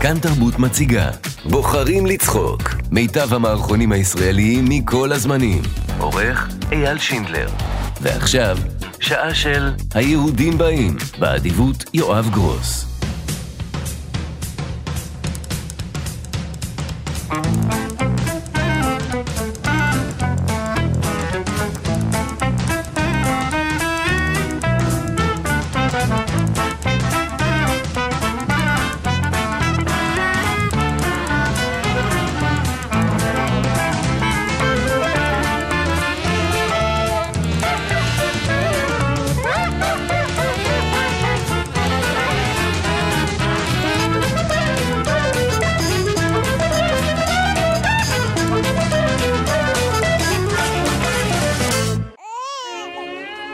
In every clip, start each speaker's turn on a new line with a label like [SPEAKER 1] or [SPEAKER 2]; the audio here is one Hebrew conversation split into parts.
[SPEAKER 1] כאן תרבות מציגה בוחרים לצחוק מיטב המערכונים הישראליים מכל הזמנים עורך אייל שינדלר ועכשיו שעה של היהודים באים באדיבות יואב גרוס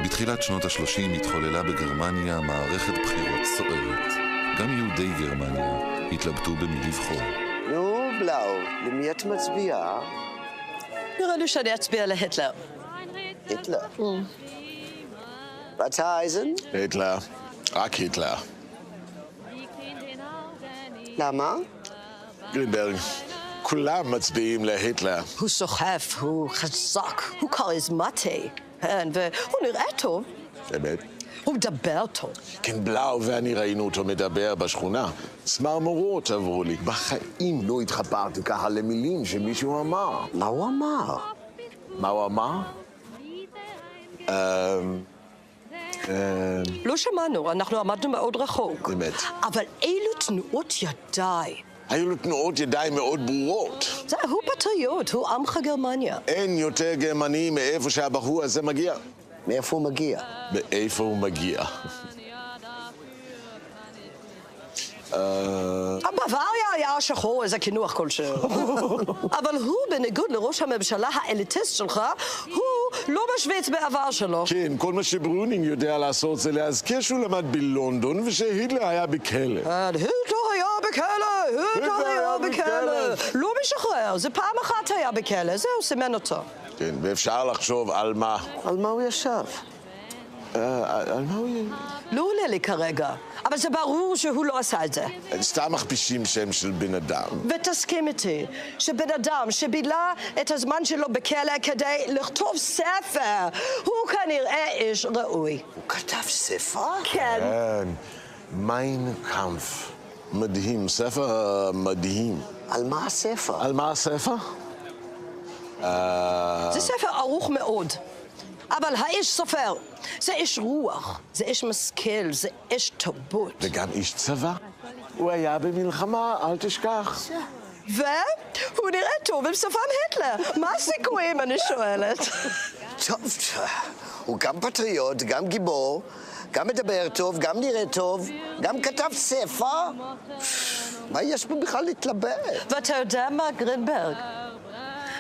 [SPEAKER 2] בתחילת שנות ה-30 התחוללה בגרמניה מערכת בחירות סוערת. גם יהודי גרמניה התלבטו במי לבחור.
[SPEAKER 3] נו, בלאו, למי את מצביעה?
[SPEAKER 4] נראה לי שאני אצביע להיטלר. Mm.
[SPEAKER 3] היטלר. ואתה אייזן?
[SPEAKER 5] היטלר, רק היטלר.
[SPEAKER 3] למה?
[SPEAKER 5] גרינברג, כולם מצביעים להיטלר.
[SPEAKER 4] הוא סוחף, הוא חזק, הוא כריזמטי, כן, והוא נראה טוב,
[SPEAKER 5] באמת?
[SPEAKER 4] הוא מדבר טוב.
[SPEAKER 5] כן, בלאו ואני ראינו אותו מדבר בשכונה. צמרמורות עברו לי. בחיים לא התחברתי ככה למילים שמישהו אמר.
[SPEAKER 3] מה הוא אמר?
[SPEAKER 5] מה הוא אמר? אמ... אמ...
[SPEAKER 4] לא שמענו, אנחנו עמדנו מאוד רחוק.
[SPEAKER 5] אמת.
[SPEAKER 4] אבל אילו תנועות ידיי.
[SPEAKER 5] היו לו תנועות ידיים מאוד ברורות.
[SPEAKER 4] זה, הוא פטריוט, הוא עמך גרמניה.
[SPEAKER 5] אין יותר גרמני מאיפה שהבחור הזה מגיע.
[SPEAKER 3] מאיפה הוא מגיע?
[SPEAKER 5] מאיפה הוא מגיע? אה,
[SPEAKER 4] בוואריה היה שחור איזה קינוח כלשהו. אבל הוא, בניגוד לראש הממשלה האליטיסט שלך, הוא לא משוויץ בעבר שלו.
[SPEAKER 5] כן, כל מה שברוינינג יודע לעשות זה להזכיר שהוא למד בלונדון ושהיטלר היה בכלא.
[SPEAKER 4] כן, היטלר היה בכלא, היטלר היה בכלא. לא משחרר, זה פעם אחת היה בכלא, זהו, סימן אותו.
[SPEAKER 5] כן, ואפשר לחשוב על מה...
[SPEAKER 3] על מה הוא ישב?
[SPEAKER 5] אה, על- על מה הוא...
[SPEAKER 4] לא עולה לי כרגע, אבל זה ברור שהוא לא עשה את זה.
[SPEAKER 5] סתם מכפישים שם של בן אדם.
[SPEAKER 4] ותסכים איתי שבן אדם שבילה את הזמן שלו בכלא כדי לכתוב ספר, הוא כנראה איש ראוי.
[SPEAKER 3] הוא כתב ספר?
[SPEAKER 4] כן.
[SPEAKER 5] כן, מיין קאמפ. מדהים, ספר אה, מדהים.
[SPEAKER 3] על מה הספר?
[SPEAKER 5] על מה הספר? אה,
[SPEAKER 4] זה ספר ארוך מאוד, אבל האיש סופר. זה איש רוח, זה איש משכיל, זה איש תרבות.
[SPEAKER 5] וגם איש צבא. הוא היה במלחמה, אל תשכח.
[SPEAKER 4] והוא נראה טוב עם שפם היטלר. מה הסיכויים, אני שואלת?
[SPEAKER 3] טוב, טוב. הוא גם פטריוט, גם גיבור, גם מדבר טוב, גם נראה טוב, גם כתב ספר. מה יש פה בכלל להתלבט?
[SPEAKER 4] ואתה יודע מה, גרינברג?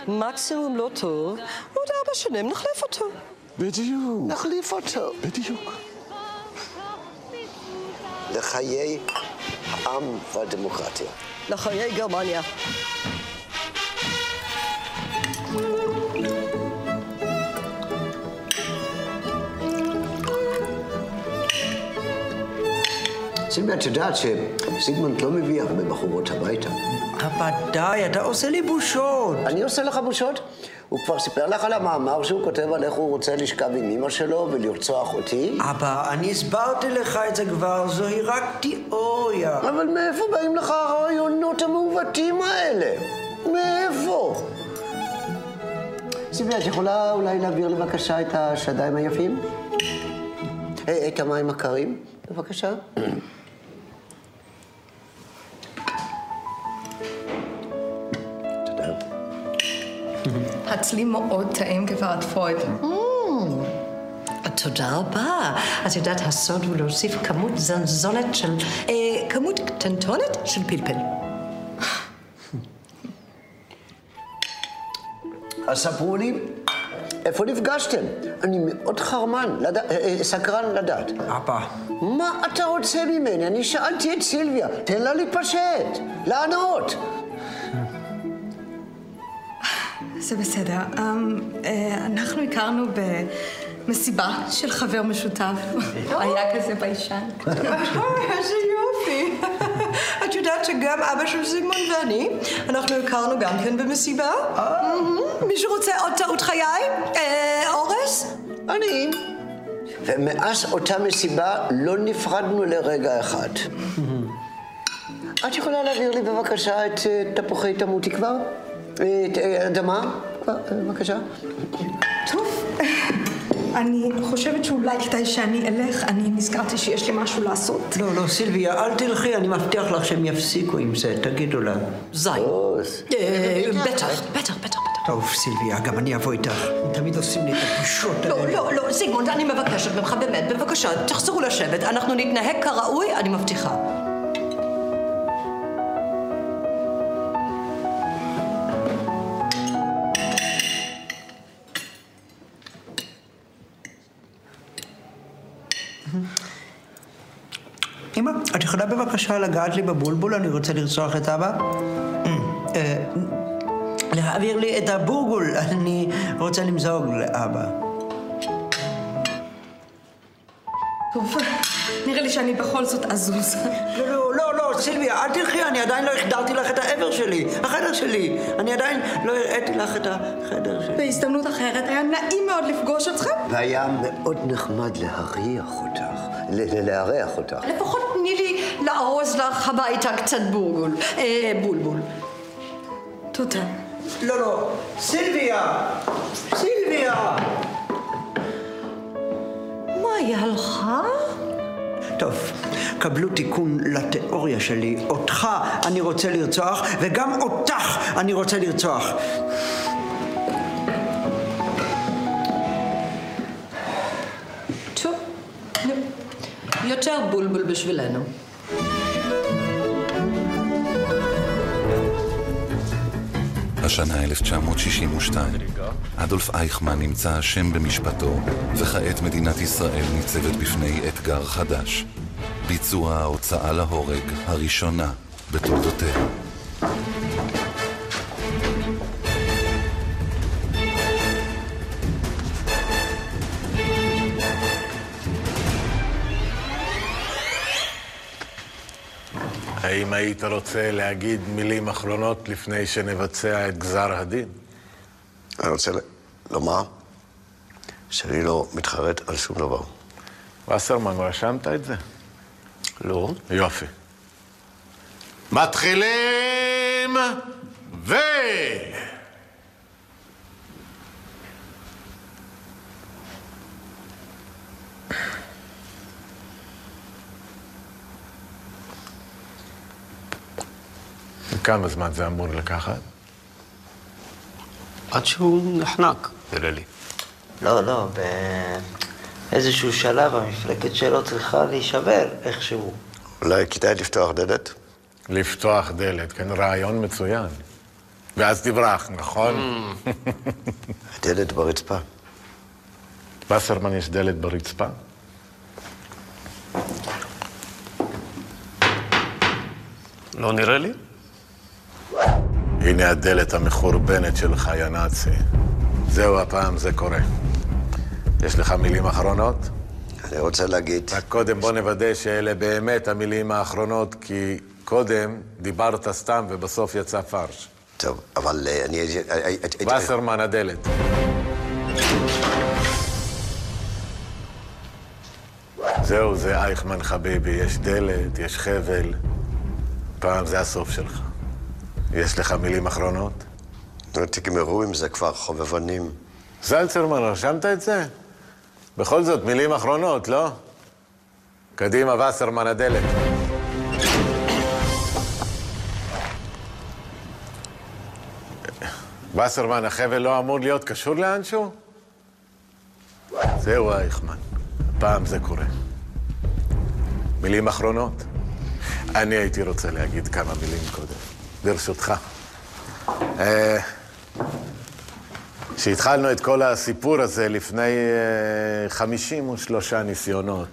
[SPEAKER 4] מקסימום לא טוב, עוד ארבע שנים נחליף אותו.
[SPEAKER 5] בדיוק.
[SPEAKER 3] נחליף אותו.
[SPEAKER 5] בדיוק.
[SPEAKER 3] לחיי העם והדמוקרטיה.
[SPEAKER 4] לחיי גרמניה.
[SPEAKER 3] סילביה, את יודעת שזיגמונד לא מביא הרבה בחורות הביתה.
[SPEAKER 6] אבל די, אתה עושה לי בושות.
[SPEAKER 3] אני עושה לך בושות? הוא כבר סיפר לך על המאמר שהוא כותב על איך הוא רוצה לשכב עם אמא שלו ולרצוח אותי?
[SPEAKER 6] אבא, אני הסברתי לך את זה כבר, זוהי רק תיאוריה.
[SPEAKER 3] אבל מאיפה באים לך הרעיונות המעוותים האלה? מאיפה? סילביה, את יכולה אולי להעביר לבקשה את השדיים היפים? אה, את המים הקרים, בבקשה. תודה.
[SPEAKER 7] הצלי מאוד טעים גברת פרויד.
[SPEAKER 8] Mm. תודה רבה. את יודעת, הסוד הוא להוסיף כמות זנזונת של... אה, כמות קטנטונת של פלפל.
[SPEAKER 3] אז ספרו לי, איפה נפגשתם? אני מאוד חרמן, לד... אה, אה, סקרן לדעת.
[SPEAKER 6] אבא,
[SPEAKER 3] מה אתה רוצה ממני? אני שאלתי את סילביה, תן לה להתפשט, לענות.
[SPEAKER 7] זה בסדר. אמ, אה, אנחנו הכרנו במסיבה של חבר משותף. היה כזה ביישן.
[SPEAKER 6] איזה יופי. את יודעת,
[SPEAKER 4] יודעת שגם אבא של זיגמונד ואני, אנחנו הכרנו גם כן במסיבה. אה. מהמם. מישהו רוצה עוד טעות חיי? אה, אורס?
[SPEAKER 6] אני. ומאז אותה מסיבה לא נפרדנו לרגע אחד. את יכולה להעביר לי בבקשה את אה, תפוחי תמותי כבר? אה, את אה, אדמה? כבר, אה, בבקשה.
[SPEAKER 7] טוב, אני חושבת שאולי כדאי שאני אלך, אני נזכרתי שיש לי משהו לעשות.
[SPEAKER 6] לא, לא, סילביה, אל תלכי, אני מבטיח לך שהם יפסיקו עם זה, תגידו לה.
[SPEAKER 4] זין. אה, בטח, בטח, בטח. בטח.
[SPEAKER 6] טוב, סילביה, גם אני אבוא איתך. הם תמיד עושים לי את הפגישות
[SPEAKER 4] לא, לא, לא, זיגמונד, אני מבקשת ממך, באמת, בבקשה, תחזרו לשבת, אנחנו נתנהג כראוי, אני מבטיחה.
[SPEAKER 6] אמא, את יכולה בבקשה לגעת לי בבולבול? אני רוצה לרצוח את אבא. אה, להעביר לי את הבורגול, אני רוצה למזוג לאבא.
[SPEAKER 7] טוב, נראה לי שאני בכל זאת אזוז.
[SPEAKER 6] לא, לא, לא, לא, סילביה, אל תלכי, אני עדיין לא החדרתי לך את העבר שלי, החדר שלי. אני עדיין לא הראיתי לך את החדר שלי.
[SPEAKER 7] בהזדמנות אחרת, היה נעים מאוד לפגוש אתכם.
[SPEAKER 3] והיה מאוד נחמד להריח אותך, ל- ל- לארח אותך.
[SPEAKER 4] לפחות תני לי לארוז לך הביתה קצת בורגול, אה, בולבול.
[SPEAKER 7] תודה.
[SPEAKER 6] לא, לא, סילביה! סילביה!
[SPEAKER 4] מה, היא הלכה?
[SPEAKER 6] טוב, קבלו תיקון לתיאוריה שלי. אותך אני רוצה לרצוח, וגם אותך אני רוצה לרצוח.
[SPEAKER 4] טוב, נו, יותר בולבול בשבילנו.
[SPEAKER 2] השנה 1962. אדולף אייכמן נמצא אשם במשפטו, וכעת מדינת ישראל ניצבת בפני אתגר חדש. ביצוע ההוצאה להורג הראשונה בתולדותיה.
[SPEAKER 5] האם היית רוצה להגיד מילים אחרונות לפני שנבצע את גזר הדין?
[SPEAKER 3] אני רוצה ל- לומר שאני לא מתחרט על שום דבר.
[SPEAKER 5] וסרמן, רשמת את זה? לא. יופי. מתחילים! ו... כמה זמן זה אמור לקחת?
[SPEAKER 9] עד שהוא נחנק, נראה לי.
[SPEAKER 6] לא, לא, באיזשהו שלב המפלגת שלו צריכה להישבר איכשהו.
[SPEAKER 3] אולי כדאי לפתוח דלת?
[SPEAKER 5] לפתוח דלת, כן, רעיון מצוין. ואז תברח,
[SPEAKER 3] Mm.
[SPEAKER 5] נכון?
[SPEAKER 3] דלת ברצפה.
[SPEAKER 5] וסרמן יש דלת ברצפה?
[SPEAKER 9] לא נראה לי?
[SPEAKER 5] הנה הדלת המחורבנת שלך, יא נאצי. זהו, הפעם זה קורה. יש לך מילים אחרונות?
[SPEAKER 3] אני רוצה להגיד,
[SPEAKER 5] רק קודם בוא נוודא שאלה באמת המילים האחרונות, כי קודם דיברת סתם ובסוף יצא פרש.
[SPEAKER 3] טוב, אבל אה, אני הייתי... הי- הי- הי-
[SPEAKER 5] וסרמן, הדלת. זהו, זה אייכמן חביבי, יש דלת, יש חבל. פעם זה הסוף שלך. יש לך מילים אחרונות?
[SPEAKER 3] נו, לא, תגמרו עם זה כבר, חובבנים.
[SPEAKER 5] זלצרמן, רשמת את זה? בכל זאת, מילים אחרונות, לא? קדימה, וסרמן, הדלת. וסרמן, החבל לא אמור להיות קשור לאנשהו? זהו אייכמן, הפעם זה קורה. מילים אחרונות? אני הייתי רוצה להגיד כמה מילים קודם, ברשותך. אה... כשהתחלנו את כל הסיפור הזה לפני אה, 53 ניסיונות,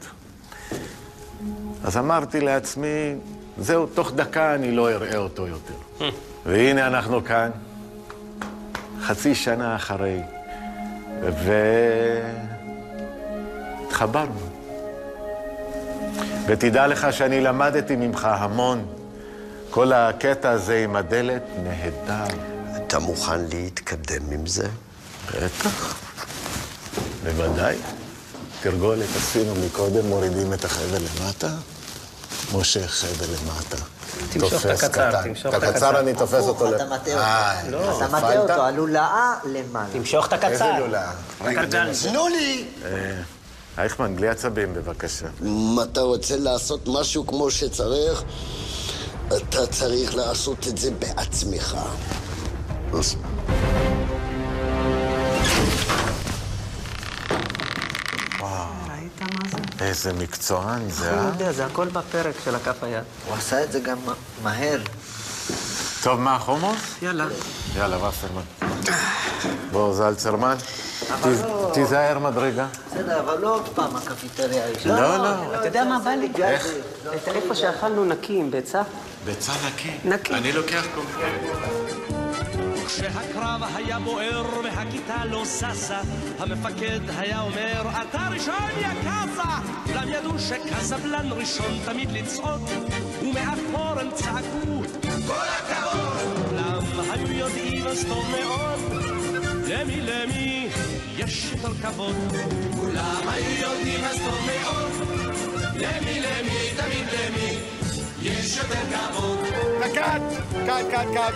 [SPEAKER 5] אז אמרתי לעצמי, זהו, תוך דקה אני לא אראה אותו יותר. והנה אנחנו כאן, חצי שנה אחרי, והתחברנו. ותדע לך שאני למדתי ממך המון,
[SPEAKER 10] כל הקטע הזה עם הדלת נהדר.
[SPEAKER 11] אתה מוכן להתקדם עם זה?
[SPEAKER 10] בטח. בוודאי. תרגולת עשינו מקודם, מורידים את החבל למטה, מושך חבל למטה.
[SPEAKER 12] תמשוך את
[SPEAKER 10] תופס
[SPEAKER 12] הקצר,
[SPEAKER 10] קטן.
[SPEAKER 12] תמשוך
[SPEAKER 10] את הקצר אני תופס אותו.
[SPEAKER 12] הפוך,
[SPEAKER 10] ל-
[SPEAKER 12] אתה מטעה אותו. לא.
[SPEAKER 10] אה, נפלת?
[SPEAKER 12] אתה מטעה אותו,
[SPEAKER 6] הלולאה למעלה.
[SPEAKER 12] תמשוך את הקצר.
[SPEAKER 10] איזה לולאה? רגע,
[SPEAKER 12] הקרגל.
[SPEAKER 10] אני מנסה.
[SPEAKER 13] תנו לי!
[SPEAKER 10] אה, אייכמן, בלי עצבים בבקשה.
[SPEAKER 13] אם אתה רוצה לעשות משהו כמו שצריך, אתה צריך לעשות את זה בעצמך.
[SPEAKER 6] ראית מה זה?
[SPEAKER 10] אה. איזה מקצוען זה,
[SPEAKER 6] הוא
[SPEAKER 10] אה?
[SPEAKER 6] יודע, זה הכל בפרק של הכף היד. הוא עשה את זה גם מה- מהר.
[SPEAKER 10] טוב, מה, חומוס?
[SPEAKER 6] יאללה.
[SPEAKER 10] יאללה, וסרמן. בוא, זלצרמן.
[SPEAKER 6] אבל
[SPEAKER 10] תיז-
[SPEAKER 6] לא.
[SPEAKER 10] תיזהר מדרגה.
[SPEAKER 6] בסדר, אבל לא עוד פעם הקפיטריה האישית.
[SPEAKER 10] לא, לא, לא.
[SPEAKER 6] אתה יודע מה בא לי?
[SPEAKER 10] איך?
[SPEAKER 6] את איפה שאכלנו נקי עם ביצה.
[SPEAKER 10] ביצה נקי.
[SPEAKER 6] נקי.
[SPEAKER 10] אני לוקח קומפלט.
[SPEAKER 14] כשהקרב היה בוער והכיתה לא ששה, המפקד היה אומר, אתה ראשון יא קאסה! כולם ידעו שקסבלן ראשון תמיד לצעוד, ומאף פור הם צעקו, כל הכבוד! כולם היו יודעים אז טוב מאוד, למי למי יש יותר כבוד. כולם היו יודעים אז טוב מאוד, למי למי תמיד למי יש יותר כבוד.
[SPEAKER 5] קאט, קאט, קאט, קאט.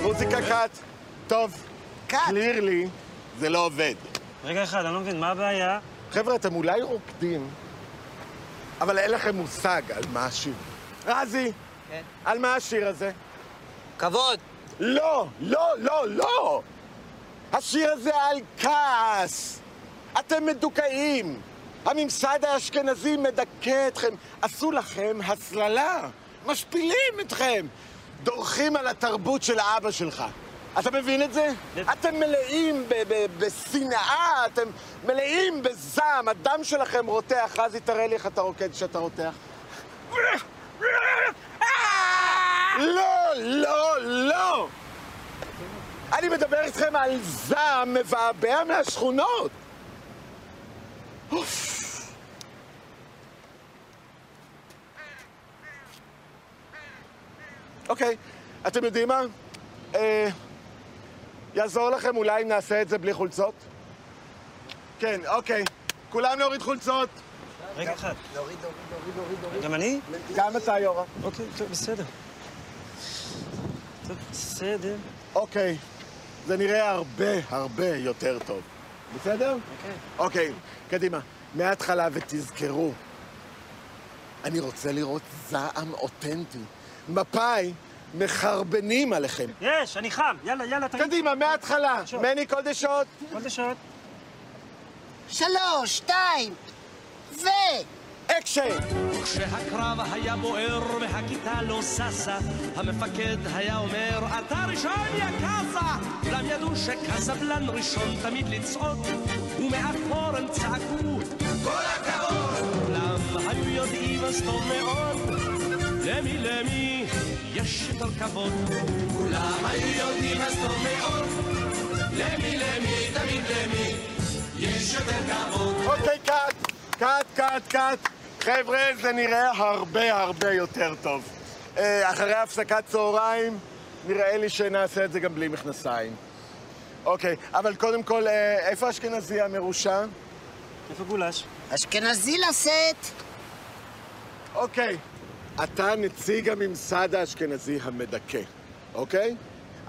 [SPEAKER 5] מוזיקה קאט. טוב. קאט. קליר לי, זה לא עובד. רגע אחד, אני לא מבין, מה הבעיה? חבר'ה, אתם אולי רוקדים, אבל אין לכם מושג על מה השיר. רזי,
[SPEAKER 9] כן.
[SPEAKER 5] על מה השיר הזה?
[SPEAKER 9] כבוד.
[SPEAKER 5] לא, לא, לא, לא! השיר הזה על כעס. אתם מדוכאים. הממסד האשכנזי מדכא אתכם. עשו לכם הסללה. משפילים אתכם. דורכים על התרבות של אבא שלך. אתה מבין את זה? אתם מלאים ב- ב- בשנאה, אתם מלאים בזעם. הדם שלכם רותח. רזי, תראה לי איך אתה רוקד כשאתה רותח. לא, לא, לא! אני מדבר איתכם על זעם מבעבע מהשכונות! אוף. אוקיי, אתם יודעים מה? אה, יעזור לכם אולי אם נעשה את זה בלי חולצות? כן, אוקיי. כולם להוריד חולצות! רגע אחד.
[SPEAKER 9] להוריד, להוריד, להוריד, להוריד,
[SPEAKER 5] גם אני? גם אתה, יורם. אוקיי, טוב, בסדר. בסדר. אוקיי. זה נראה הרבה הרבה יותר טוב. בסדר? אוקיי. אוקיי, קדימה. מההתחלה, ותזכרו, אני רוצה לראות זעם אותנטי. מפאי מחרבנים עליכם.
[SPEAKER 9] יש, אני חם, יאללה, יאללה, תגיד.
[SPEAKER 5] קדימה, מההתחלה. מני כל דשאות.
[SPEAKER 9] כל דשאות.
[SPEAKER 5] שלוש, שתיים, ו... אקשן!
[SPEAKER 14] כשהקרב היה בוער והכיתה לא ששה, המפקד היה אומר, אתה ראשון יא קאסה! כולם ידעו שקסבלן ראשון תמיד לצעוד, ומאחור הם צעקו, כל הכבוד! כולם היו יודעים אז טוב מאוד, למי למי יש יותר כבוד. כולם היו יודעים אז טוב מאוד, למי למי תמיד למי יש יותר כבוד.
[SPEAKER 5] אוקיי, קאט, קאט, קאט, קאט. חבר'ה, זה נראה הרבה הרבה יותר טוב. אה, אחרי הפסקת צהריים, נראה לי שנעשה את זה גם בלי מכנסיים. אוקיי, אבל קודם כל, אה, איפה אשכנזי המרושע? איפה גולש?
[SPEAKER 9] אשכנזי לשאת.
[SPEAKER 5] אוקיי, אתה נציג הממסד האשכנזי המדכא, אוקיי?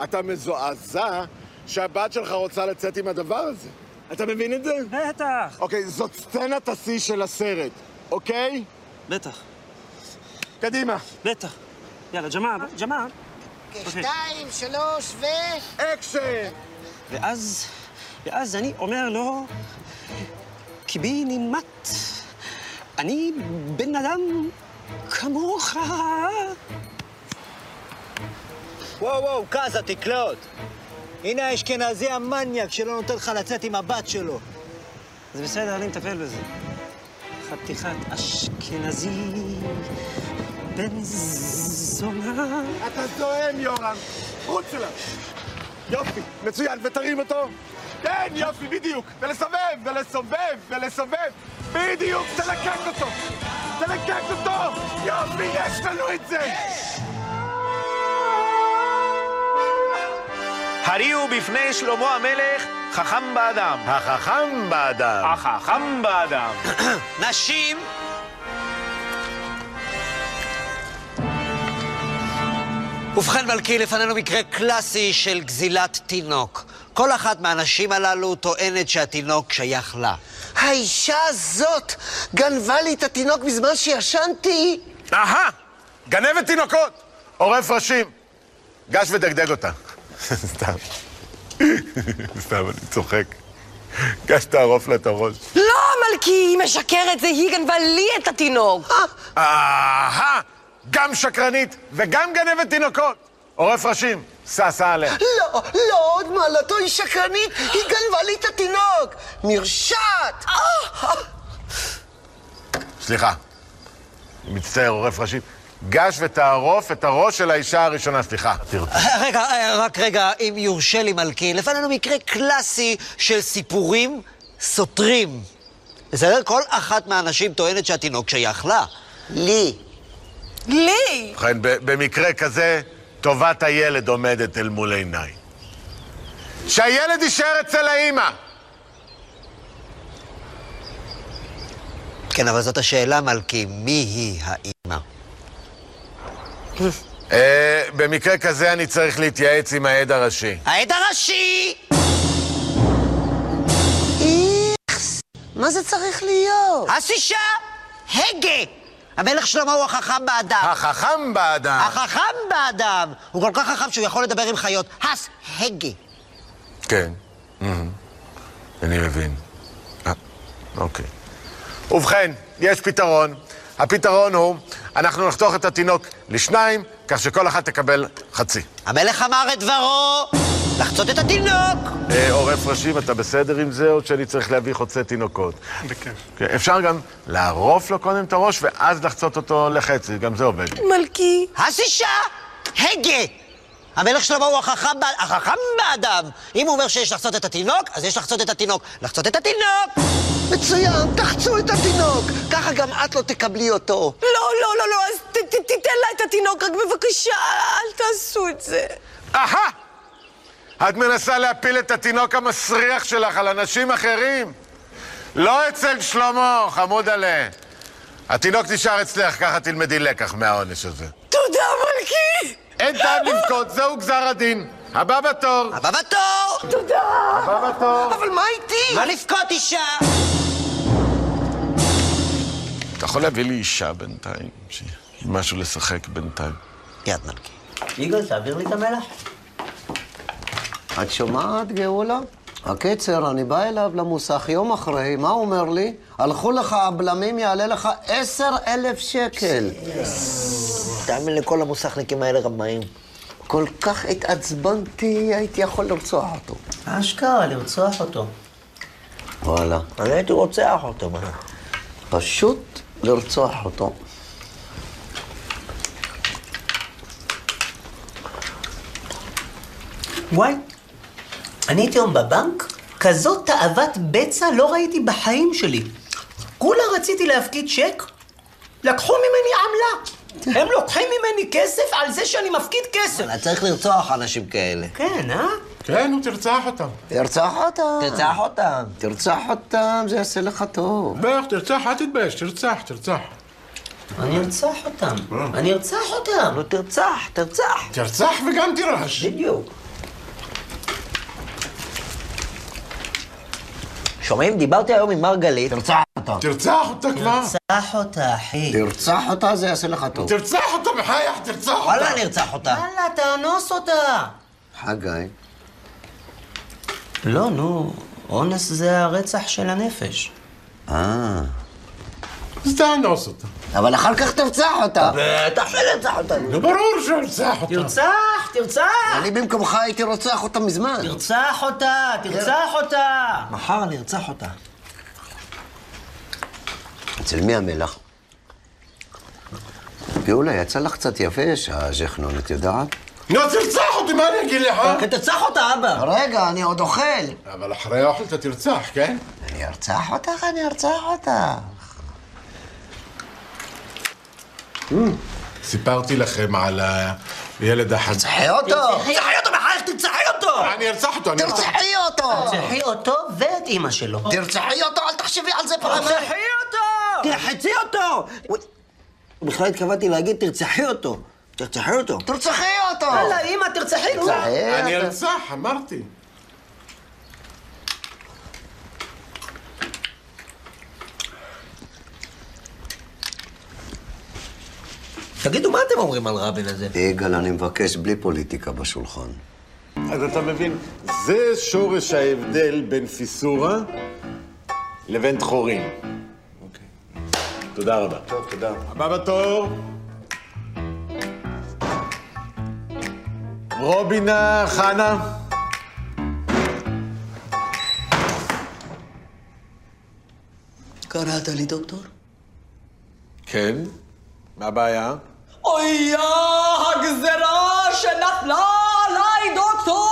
[SPEAKER 5] אתה מזועזע שהבת שלך רוצה לצאת עם הדבר הזה. אתה מבין את זה? בטח. אוקיי, זאת סצנת השיא של הסרט, אוקיי? בטח. קדימה. בטח.
[SPEAKER 9] יאללה, ג'מאל, ג'מאל.
[SPEAKER 3] שתיים, שלוש ו...
[SPEAKER 5] אקשן!
[SPEAKER 9] ואז, ואז אני אומר לו, קיבינימט, אני בן אדם כמוך.
[SPEAKER 6] וואו, וואו, קאזה, תקלוט. הנה האשכנזי המניאק שלא נותן לך לצאת עם הבת שלו.
[SPEAKER 9] זה בסדר, אני מטפל בזה. חתיכת אשכנזי בן זונה.
[SPEAKER 5] אתה זועם, יורם. חוץ אליו. יופי, מצוין, ותרים אותו. כן, יופי, בדיוק. ולסובב, ולסובב, ולסובב. בדיוק, תלקק אותו. תלקק אותו! יופי, יש לנו את זה!
[SPEAKER 15] הריעו בפני שלמה המלך, חכם באדם.
[SPEAKER 5] החכם באדם.
[SPEAKER 15] החכם באדם.
[SPEAKER 6] נשים! ובכן, מלכי, לפנינו מקרה קלאסי של גזילת תינוק. כל אחת מהנשים הללו טוענת שהתינוק שייך לה.
[SPEAKER 3] האישה הזאת גנבה לי את התינוק בזמן שישנתי.
[SPEAKER 5] אהה! גנבת תינוקות! עורף ראשים. גש ודגדג אותה. סתם. סתם, אני צוחק. גש תערוף לה את הראש.
[SPEAKER 16] לא, מלכי, היא משקרת, זה היא גנבה לי את התינוק.
[SPEAKER 4] אה!
[SPEAKER 5] אהה! גם שקרנית וגם גנבת תינוקות! עורף ראשים, סע עליה.
[SPEAKER 3] לא, לא, עוד מעלתו היא שקרנית, היא גנבה לי את התינוק! אה, מרשעת!
[SPEAKER 5] סליחה. מצטער, עורף ראשים. גש ותערוף את הראש של האישה הראשונה, סליחה. תרצה.
[SPEAKER 6] רגע, אה, רק רגע, אם יורשה לי, מלכי, לפנינו מקרה קלאסי של סיפורים סותרים. בסדר? כל אחת מהנשים טוענת שהתינוק שייך לה.
[SPEAKER 3] לי.
[SPEAKER 16] לי!
[SPEAKER 5] ובכן, ב- במקרה כזה, טובת הילד עומדת אל מול עיניי. שהילד יישאר אצל האימא!
[SPEAKER 6] כן, אבל זאת השאלה, מלכי, מי היא האימא?
[SPEAKER 5] אה, במקרה כזה אני צריך להתייעץ עם העד הראשי.
[SPEAKER 6] העד הראשי!
[SPEAKER 3] איכס, מה זה צריך להיות?
[SPEAKER 6] אז אישה, הגה! המלך שלמה הוא החכם באדם.
[SPEAKER 5] החכם באדם.
[SPEAKER 6] החכם באדם! הוא כל כך חכם שהוא יכול לדבר עם חיות. הס, הגה.
[SPEAKER 5] כן. אני מבין. אה, אוקיי. ובכן, יש פתרון. הפתרון הוא, אנחנו נחתוך את התינוק לשניים, כך שכל אחת תקבל חצי.
[SPEAKER 6] המלך אמר את דברו! לחצות את התינוק!
[SPEAKER 5] אה, עורף ראשים, אתה בסדר עם זה, או שאני צריך להביא חוצה תינוקות?
[SPEAKER 17] בכיף.
[SPEAKER 5] כן, אפשר גם לערוף לו קודם את הראש, ואז לחצות אותו לחצי, גם זה עובד.
[SPEAKER 16] מלכי.
[SPEAKER 6] אז אישה, הגה! המלך שלמה הוא החכם, בא- החכם באדם. אם הוא אומר שיש לחצות את התינוק, אז יש לחצות את התינוק. לחצות את התינוק!
[SPEAKER 3] מצוין, תחצו את התינוק! ככה גם את לא תקבלי אותו.
[SPEAKER 16] לא, לא, לא, לא, אז ת- ת- תיתן לה את התינוק, רק בבקשה, אל תעשו את זה.
[SPEAKER 5] אהה! את מנסה להפיל את התינוק המסריח שלך על אנשים אחרים. לא אצל שלמה, חמוד עלה. התינוק נשאר אצלך, ככה תלמדי לקח מהעונש הזה.
[SPEAKER 16] תודה, מלכי!
[SPEAKER 5] אין טעם לבכות, זהו גזר הדין. הבא בתור.
[SPEAKER 6] הבא בתור!
[SPEAKER 16] תודה!
[SPEAKER 5] הבא בתור.
[SPEAKER 3] אבל מה איתי?
[SPEAKER 6] מה לבכות, אישה?
[SPEAKER 18] אתה יכול להביא לי אישה בינתיים, ש- משהו לשחק בינתיים.
[SPEAKER 6] יד מלכי.
[SPEAKER 9] יגאל, תעביר לי את המלח.
[SPEAKER 3] את שומעת, גאולה? הקצר, אני בא אליו למוסך יום אחרי, מה הוא אומר לי? הלכו לך הבלמים, יעלה לך עשר אלף שקל.
[SPEAKER 6] תאמין לכל המוסכניקים האלה רמאים.
[SPEAKER 3] כל כך התעצבנתי, הייתי יכול לרצוח אותו.
[SPEAKER 9] אשכרה, לרצוח אותו.
[SPEAKER 3] וואלה.
[SPEAKER 6] אני הייתי רוצח אותו, מה?
[SPEAKER 3] פשוט לרצוח אותו.
[SPEAKER 9] וואי, אני הייתי היום בבנק, כזאת תאוות בצע לא ראיתי בחיים שלי. כולה רציתי להפקיד צ'ק, לקחו ממני עמלה. הם לוקחים ממני כסף על זה שאני מפקיד כסף.
[SPEAKER 6] אתה צריך לרצוח אנשים כאלה.
[SPEAKER 9] כן, אה?
[SPEAKER 5] כן, הוא תרצח אותם.
[SPEAKER 3] תרצח אותם.
[SPEAKER 6] תרצח אותם.
[SPEAKER 3] תרצח אותם, זה יעשה לך טוב.
[SPEAKER 13] בטח, תרצח, אל תתבייש, תרצח, תרצח. אה.
[SPEAKER 9] אני ארצח אותם. אני ארצח אותם.
[SPEAKER 3] לא תרצח, תרצח.
[SPEAKER 13] תרצח וגם תירש.
[SPEAKER 9] בדיוק.
[SPEAKER 6] שומעים? דיברתי היום עם מרגלית.
[SPEAKER 3] תרצח אותה.
[SPEAKER 13] תרצח אותה כבר.
[SPEAKER 9] תרצח אותה, אחי.
[SPEAKER 3] תרצח אותה, זה יעשה לך טוב.
[SPEAKER 13] תרצח אותה בחייך, תרצח אותה.
[SPEAKER 6] וואלה, נרצח אותה.
[SPEAKER 9] יאללה, תאנוס אותה.
[SPEAKER 3] חגי.
[SPEAKER 9] לא, נו, אונס זה הרצח של הנפש.
[SPEAKER 3] אה.
[SPEAKER 13] אז תאנוס אותה.
[SPEAKER 3] אבל אחר כך תרצח אותה.
[SPEAKER 9] בטח שנרצח אותה.
[SPEAKER 13] נו, לא ברור שרצח אותה.
[SPEAKER 9] תרצח, תרצח!
[SPEAKER 3] אני במקומך הייתי רוצח אותה מזמן.
[SPEAKER 9] תרצח אותה, תרצח אותה! מחר נרצח אותה.
[SPEAKER 3] אצל מי המלח? גאולה, יצא לך קצת יבש, הז'חנון, את יודעת?
[SPEAKER 13] נו, לא תרצח אותי, מה אני אגיד לך? אה?
[SPEAKER 9] תרצח אותה, אבא!
[SPEAKER 3] רגע, אני עוד אוכל.
[SPEAKER 13] אבל אחרי האוכל אתה תרצח, כן?
[SPEAKER 3] אני ארצח אותך, אני ארצח אותך.
[SPEAKER 5] Mm.
[SPEAKER 13] סיפרתי לכם על הילד החד...
[SPEAKER 3] תחי אותו!
[SPEAKER 9] תרצחי אותו, בחייך תרצחי אותו!
[SPEAKER 19] אני ארצח אותו, אני ארצח.
[SPEAKER 9] תרצחי אותו! תרצחי אותו ואת אימא שלו.
[SPEAKER 16] תרצחי אותו, אל תחשבי על זה פעמיים.
[SPEAKER 9] תרצחי
[SPEAKER 16] אותו!
[SPEAKER 9] תרחצי אותו!
[SPEAKER 6] בכלל התכוונתי להגיד, תרצחי אותו. תרצחי אותו.
[SPEAKER 16] תרצחי אותו!
[SPEAKER 9] יאללה, אימא, תרצחי אותו!
[SPEAKER 19] אני ארצח,
[SPEAKER 5] אה,
[SPEAKER 19] אמרתי.
[SPEAKER 9] תגידו, מה אתם אומרים על רבין הזה?
[SPEAKER 3] יגאל, אני מבקש בלי פוליטיקה בשולחן.
[SPEAKER 5] אז אתה מבין, זה שורש ההבדל בין פיסורה לבין דחורים. תודה רבה. אוקיי. טוב, תודה. הבא בתור. רובינה חנה.
[SPEAKER 4] קראת לי דוקטור?
[SPEAKER 5] כן? מה הבעיה?
[SPEAKER 16] אויה, הגזרה שנפלה עליי, דוקטור!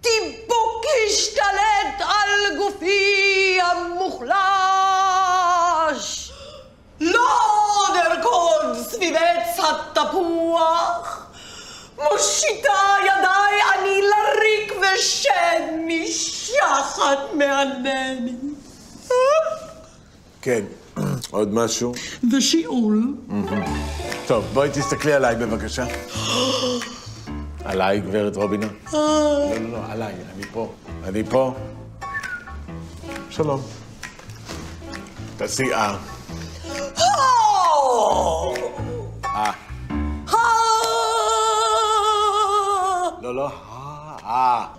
[SPEAKER 16] טיפוק השתלט על גופי המוחלש! לא עוד ארקוד סביב עץ התפוח! מושיטה ידיי אני לריק ושד משחת אה? מענני.
[SPEAKER 5] כן. עוד משהו?
[SPEAKER 16] ושיעול.
[SPEAKER 5] טוב, בואי תסתכלי עליי בבקשה. עליי, גברת רובינה?
[SPEAKER 16] אה.
[SPEAKER 5] לא, לא, לא, עליי, אני פה. אני פה. שלום. תעשי אה. אה. לא, לא, אה, אה. לא,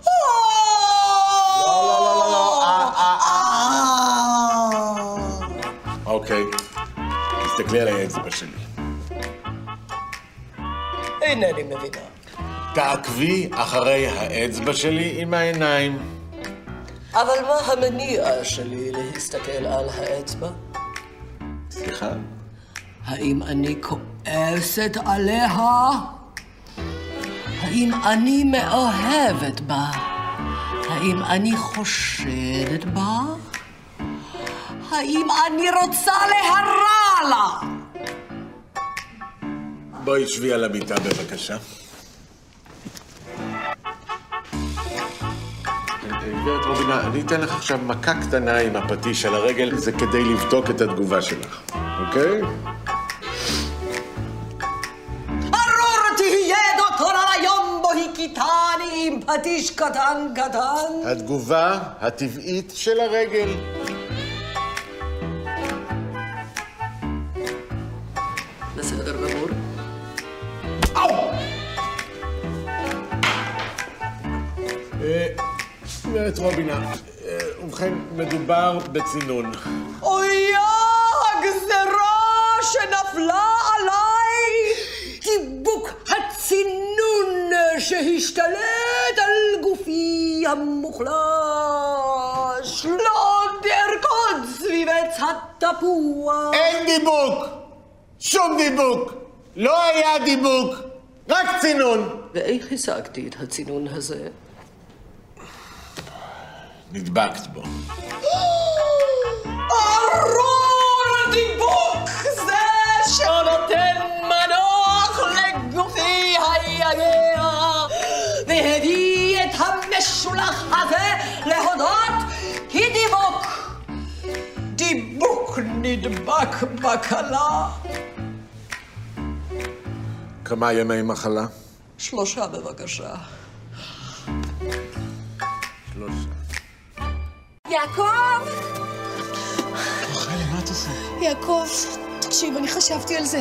[SPEAKER 5] לא, לא, לא, לא, אה, אה, אה. אוקיי. תסתכלי על האצבע שלי.
[SPEAKER 4] אינני מבינה.
[SPEAKER 5] תעקבי אחרי האצבע שלי עם העיניים.
[SPEAKER 4] אבל מה המניע שלי להסתכל על האצבע?
[SPEAKER 5] סליחה?
[SPEAKER 4] האם אני כועסת עליה? האם אני מאוהבת בה? האם אני חושדת בה? האם אני רוצה להרע לה?
[SPEAKER 5] בואי שבי על המיטה בבקשה. גברת רובינה, אני אתן לך עכשיו מכה קטנה עם הפטיש על הרגל, זה כדי לבדוק את התגובה שלך, אוקיי?
[SPEAKER 16] ארור תהיה דוקטור על היום בו הכיתני עם פטיש קטן קטן.
[SPEAKER 5] התגובה הטבעית של הרגל.
[SPEAKER 4] בסדר גמור.
[SPEAKER 5] אה, גברת רובינה, אה, ובכן, מדובר בצינון.
[SPEAKER 16] אויה הגזרה שנפלה עליי! חיבוק הצינון שהשתלט על גופי המוחלש! לא עוד ארקוד סביב עץ התפוח!
[SPEAKER 19] אין דיבוק! שום דיבוק! לא היה דיבוק! רק צינון!
[SPEAKER 4] ואיך השגתי את הצינון הזה?
[SPEAKER 5] נדבקת בו.
[SPEAKER 16] ארור דיבוק זה שנותן מנוח לגופי היגע והביא את המשולח הזה להודות כי דיבוק דיבוק נדבק בכלה
[SPEAKER 5] כמה ימי מחלה?
[SPEAKER 4] שלושה בבקשה.
[SPEAKER 5] שלושה.
[SPEAKER 16] יעקב!
[SPEAKER 5] רחלי, מה את עושה?
[SPEAKER 8] יעקב, תקשיב, אני חשבתי על זה.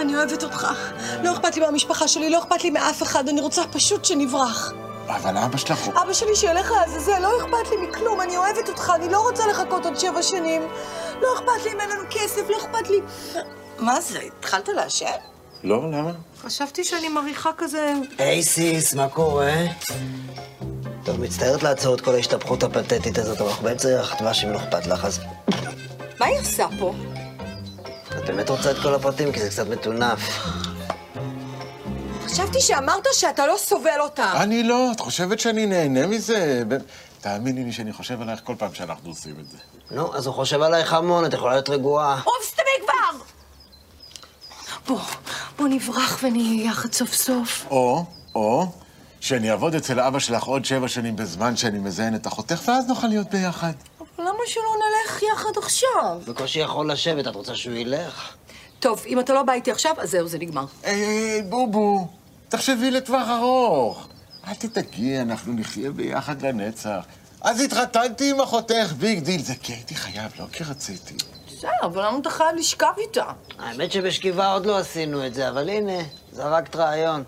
[SPEAKER 8] אני אוהבת אותך. לא אכפת לי מהמשפחה שלי, לא אכפת לי מאף אחד, אני רוצה פשוט שנברח.
[SPEAKER 5] אבל אבא שלך הוא...
[SPEAKER 8] אבא שלי שילך לעזאזל, לא אכפת לי מכלום, אני אוהבת אותך, אני לא רוצה לחכות עוד שבע שנים. לא אכפת לי אם אין לנו כסף, לא אכפת לי...
[SPEAKER 16] מה זה, התחלת לעשן?
[SPEAKER 5] לא, למה?
[SPEAKER 8] חשבתי שאני מריחה כזה...
[SPEAKER 9] היי סיס, מה קורה?
[SPEAKER 6] טוב, מצטערת לעצור את כל ההשתפכות הפתטית הזאת, אבל אנחנו באמצע החטבה שאם לא אכפת לך, אז...
[SPEAKER 16] מה היא עושה פה?
[SPEAKER 6] את באמת רוצה את כל הפרטים? כי זה קצת מטונף.
[SPEAKER 16] חשבתי שאמרת שאתה לא סובל אותה.
[SPEAKER 6] אה,
[SPEAKER 5] אני לא, את חושבת שאני נהנה מזה? ב- תאמיני לי שאני חושב עלייך כל פעם שאנחנו עושים את זה.
[SPEAKER 6] נו, אז הוא חושב עלייך המון, את יכולה להיות רגועה.
[SPEAKER 16] אוף, תמיד כבר!
[SPEAKER 8] בוא, בוא נברח ונהיה יחד סוף סוף.
[SPEAKER 5] או, או, שאני אעבוד אצל אבא שלך עוד שבע שנים בזמן שאני מזיין את אחותך, ואז נוכל להיות ביחד.
[SPEAKER 20] למה שלא נלך יחד עכשיו?
[SPEAKER 9] בקושי יכול לשבת, את רוצה שהוא ילך?
[SPEAKER 20] טוב, אם אתה לא בא איתי עכשיו, אז זהו, זה נגמר.
[SPEAKER 5] היי, היי, היי, בובו, תחשבי לטווח ארוך. אל תדאגי, אנחנו נחיה ביחד לנצח. אז התחתנתי עם אחותך, ביג דיל. זה כי הייתי חייב, לא כי רציתי.
[SPEAKER 20] בסדר, אבל למה אתה חייב לשכב איתה?
[SPEAKER 9] האמת שבשכיבה עוד לא עשינו את זה, אבל הנה, זרקת רעיון.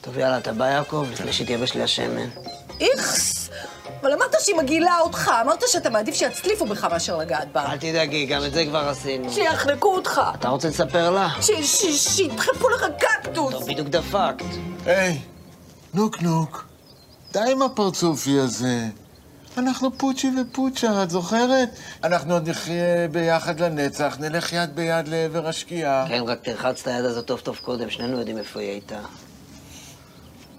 [SPEAKER 9] טוב, יאללה, אתה בא, יעקב, לפני שתייבש לי השמן.
[SPEAKER 20] איכס! אבל אמרת שהיא מגעילה אותך, אמרת שאתה מעדיף שיצליפו בך מאשר לגעת בה.
[SPEAKER 9] אל תדאגי, גם את זה כבר עשינו.
[SPEAKER 20] שיחנקו אותך.
[SPEAKER 9] אתה רוצה לספר לה?
[SPEAKER 20] ש- ש- שידחפו לך קקטוס.
[SPEAKER 9] טוב, בדיוק דפקת.
[SPEAKER 5] היי, נוק נוק. די עם הפרצופי הזה. אנחנו פוצ'י ופוצ'ה, את זוכרת? אנחנו עוד נחיה ביחד לנצח, נלך יד ביד לעבר השקיעה.
[SPEAKER 9] כן, רק תרחץ את היד הזאת טוב טוב קודם, שנינו יודעים איפה היא הייתה.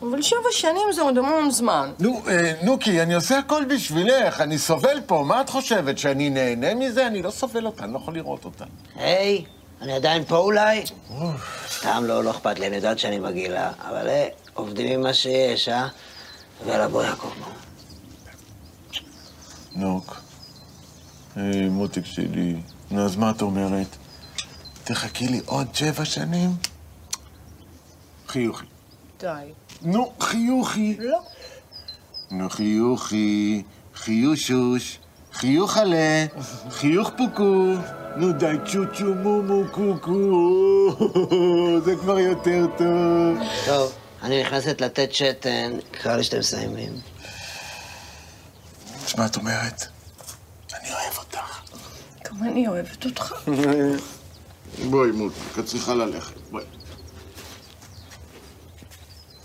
[SPEAKER 20] אבל שבע שנים זה עוד המון זמן.
[SPEAKER 5] נו, אה, נוקי, אני עושה הכל בשבילך, אני סובל פה, מה את חושבת, שאני נהנה מזה? אני לא סובל אותה, אני לא יכול לראות אותה.
[SPEAKER 9] היי, אני עדיין פה אולי? סתם לא, לא אכפת לי, אני יודעת שאני מגעילה, אבל אה, עובדים עם מה שיש, אה? יאללה, בוא, יעקב.
[SPEAKER 5] נוק, היי, מותק שלי, נו, אז מה את אומרת? תחכי לי עוד שבע שנים? חיוכי.
[SPEAKER 20] די.
[SPEAKER 5] נו, חיוכי.
[SPEAKER 20] לא.
[SPEAKER 5] נו, חיוכי, חיושוש, חיוך עלה, חיוך פוקו. נו די, צ'וצ'ו מומו קוקו, זה כבר יותר טוב.
[SPEAKER 9] טוב, אני נכנסת לתת שתן, קרא לי שאתם מסיימים.
[SPEAKER 5] תשמע, את אומרת,
[SPEAKER 20] גם אני אוהבת אותך.
[SPEAKER 21] בואי, מוטי, את צריכה ללכת, בואי.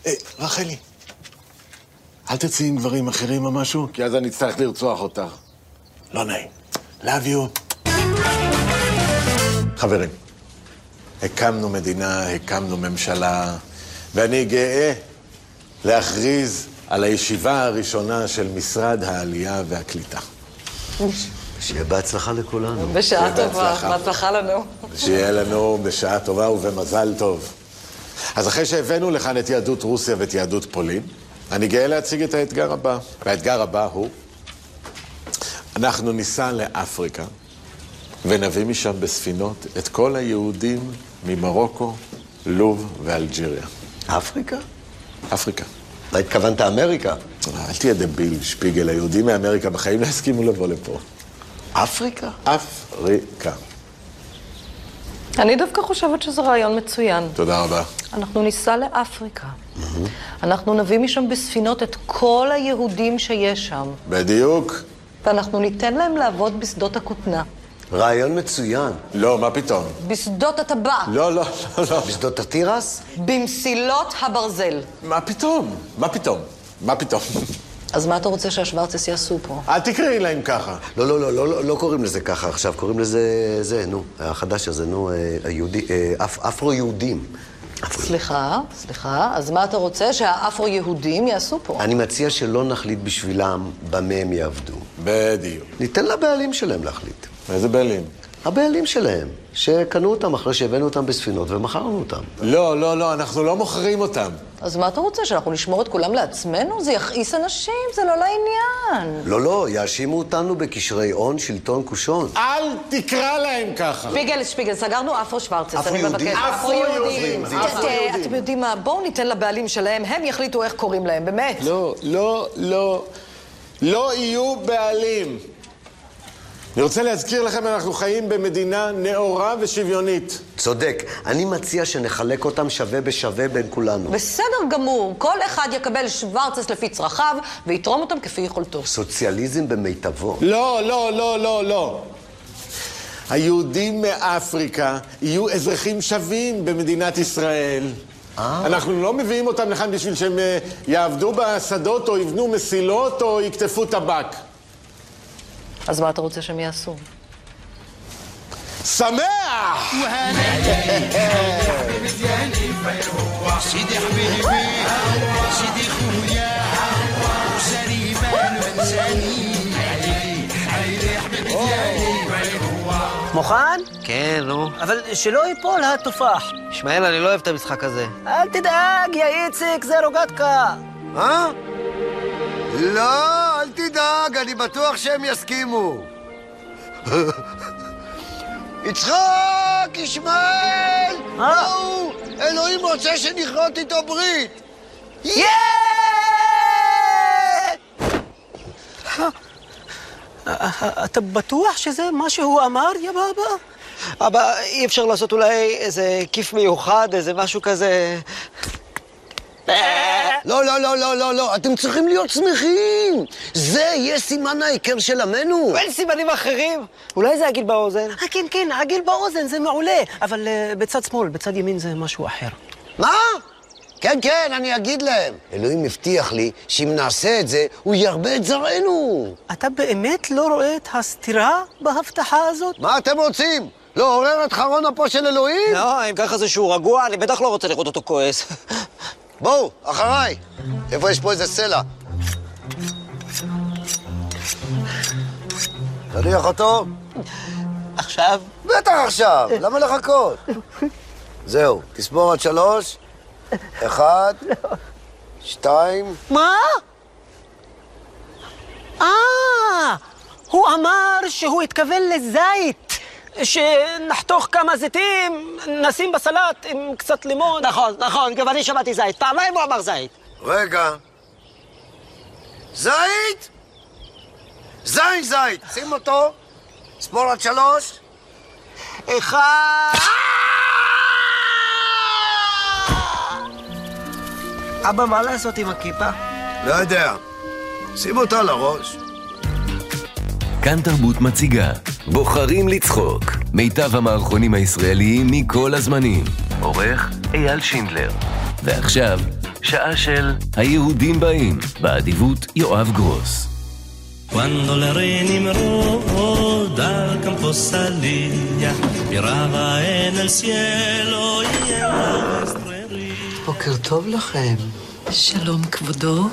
[SPEAKER 21] היי, רחלי, אל תצאי עם גברים אחרים או משהו, כי אז אני אצטרך לרצוח אותך. לא נעים. Love you.
[SPEAKER 5] חברים, הקמנו מדינה, הקמנו ממשלה, ואני גאה להכריז על הישיבה הראשונה של משרד העלייה והקליטה.
[SPEAKER 3] שיהיה בהצלחה לכולנו.
[SPEAKER 5] בשעה טובה, בהצלחה.
[SPEAKER 20] בהצלחה לנו.
[SPEAKER 5] שיהיה לנו בשעה טובה ובמזל טוב. אז אחרי שהבאנו לכאן את יהדות רוסיה ואת יהדות פולין, אני גאה להציג את האתגר הבא. והאתגר הבא הוא, אנחנו ניסע לאפריקה ונביא משם בספינות את כל היהודים ממרוקו, לוב ואלג'יריה.
[SPEAKER 3] אפריקה?
[SPEAKER 5] אפריקה.
[SPEAKER 3] מה התכוונת אמריקה?
[SPEAKER 5] אל תהיה דביל, שפיגל, היהודים מאמריקה בחיים לא יסכימו לבוא לפה.
[SPEAKER 3] אפריקה?
[SPEAKER 5] אפריקה.
[SPEAKER 8] אני דווקא חושבת שזה רעיון מצוין.
[SPEAKER 5] תודה רבה.
[SPEAKER 8] אנחנו ניסע לאפריקה. אנחנו נביא משם בספינות את כל היהודים שיש שם,
[SPEAKER 5] בדיוק.
[SPEAKER 8] ואנחנו ניתן להם לעבוד בשדות הכותנה,
[SPEAKER 5] רעיון מצוין. לא, מה פתאום?
[SPEAKER 8] בשדות הטבק,
[SPEAKER 5] לא, לא, לא.
[SPEAKER 3] בשדות התירס?
[SPEAKER 8] במסילות הברזל.
[SPEAKER 5] מה פתאום? מה פתאום? מה פתאום?
[SPEAKER 8] אז מה אתה רוצה שהשוורצס יעשו פה?
[SPEAKER 5] אל תקראי להם ככה.
[SPEAKER 3] לא, לא, לא, לא, לא קוראים לזה ככה עכשיו, קוראים לזה, זה, נו, החדש הזה, נו, אה, היהודי, אה, אפ, אפרו-יהודים.
[SPEAKER 8] סליחה, סליחה, אז מה אתה רוצה שהאפרו-יהודים יעשו פה?
[SPEAKER 3] אני מציע שלא נחליט בשבילם במה הם יעבדו.
[SPEAKER 5] בדיוק.
[SPEAKER 3] ניתן לבעלים שלהם להחליט.
[SPEAKER 5] איזה בעלים?
[SPEAKER 3] הבעלים שלהם, שקנו אותם אחרי שהבאנו אותם בספינות ומכרנו אותם.
[SPEAKER 5] לא, לא, לא, אנחנו לא מוכרים אותם.
[SPEAKER 8] אז מה אתה רוצה, שאנחנו נשמור את כולם לעצמנו? זה יכעיס אנשים, זה לא לעניין.
[SPEAKER 3] לא, לא, יאשימו אותנו בקשרי הון, שלטון, קושון.
[SPEAKER 5] אל תקרא להם ככה.
[SPEAKER 8] שפיגל, שפיגל, סגרנו אפרו שוורצס, אני
[SPEAKER 3] אפרו-יהודים.
[SPEAKER 8] מבקשת.
[SPEAKER 3] אפרו-יהודים,
[SPEAKER 8] ת-
[SPEAKER 3] זה
[SPEAKER 8] ת-
[SPEAKER 3] אפרו-יהודים.
[SPEAKER 8] אתם יודעים מה, בואו ניתן לבעלים שלהם, הם יחליטו איך קוראים להם, באמת.
[SPEAKER 5] לא, לא, לא. לא יהיו בעלים. אני רוצה להזכיר לכם, אנחנו חיים במדינה נאורה ושוויונית.
[SPEAKER 3] צודק. אני מציע שנחלק אותם שווה בשווה בין כולנו.
[SPEAKER 8] בסדר גמור, כל אחד יקבל שוורצס לפי צרכיו, ויתרום אותם כפי יכולתו.
[SPEAKER 3] סוציאליזם במיטבו.
[SPEAKER 5] לא, לא, לא, לא, לא. היהודים מאפריקה יהיו אזרחים שווים במדינת ישראל. אנחנו לא מביאים אותם לכאן בשביל שהם אה, יעבדו בשדות או יבנו מסילות או יקטפו טבק.
[SPEAKER 8] אז מה אתה רוצה שהם יעשו?
[SPEAKER 5] שמח!
[SPEAKER 14] سيدي حبيبي سيدي خويا وسالي ما ننساني عيني حبيبي ديالي
[SPEAKER 9] מוכן?
[SPEAKER 6] כן, נו.
[SPEAKER 9] אבל שלא ייפול התופח.
[SPEAKER 6] שמעאל, אני לא אוהב את המשחק הזה.
[SPEAKER 9] אל תדאג, יא איציק, זה רוגטקה.
[SPEAKER 3] אה? לא, אל תדאג, אני בטוח שהם יסכימו. יצחק, ישמעאל! בואו! אלוהים רוצה שנכרות איתו ברית! יא!
[SPEAKER 9] אה, אתה בטוח שזה מה שהוא אמר, יא
[SPEAKER 6] בבא? אבא, אי אפשר לעשות אולי איזה כיף מיוחד, איזה משהו כזה...
[SPEAKER 3] לא, לא, לא, לא, לא, לא, אתם צריכים להיות שמחים! זה יהיה סימן ההיכר של עמנו!
[SPEAKER 6] אין סימנים אחרים? אולי זה הגיל באוזן?
[SPEAKER 9] אה, כן, כן, העגל באוזן זה מעולה, אבל אה, בצד שמאל, בצד ימין זה משהו אחר.
[SPEAKER 3] מה? כן, כן, אני אגיד להם. אלוהים הבטיח לי שאם נעשה את זה, הוא ירבה את זרענו.
[SPEAKER 9] אתה באמת לא רואה את הסתירה בהבטחה הזאת?
[SPEAKER 3] מה אתם רוצים? לא עורר את חרון אפו של אלוהים?
[SPEAKER 6] לא, אם ככה זה שהוא רגוע, אני בטח לא רוצה לראות אותו כועס.
[SPEAKER 3] בואו, אחריי. איפה יש פה איזה סלע? תניח אותו.
[SPEAKER 6] עכשיו?
[SPEAKER 3] בטח עכשיו, למה לחכות? זהו, תספור עד שלוש. אחד, שתיים.
[SPEAKER 9] מה? אה, הוא אמר שהוא התכוון לזית. שנחתוך כמה זיתים, נשים בסלט עם קצת לימון.
[SPEAKER 6] נכון, נכון, גם אני שמעתי זית. פעמיים הוא אמר זית.
[SPEAKER 3] רגע. זית? זין זית, שים אותו. ספור עד שלוש.
[SPEAKER 6] אחד...
[SPEAKER 9] אבא, מה לעשות עם הכיפה?
[SPEAKER 3] לא יודע. שים אותה לראש.
[SPEAKER 1] כאן תרבות מציגה בוחרים לצחוק מיטב המערכונים הישראליים מכל הזמנים עורך אייל שינדלר ועכשיו שעה של היהודים באים באדיבות יואב גרוס
[SPEAKER 14] Quando le re Nimroda al campo salía, miraba en el cielo y en la
[SPEAKER 8] בוקר טוב לכם. שלום, כבודו.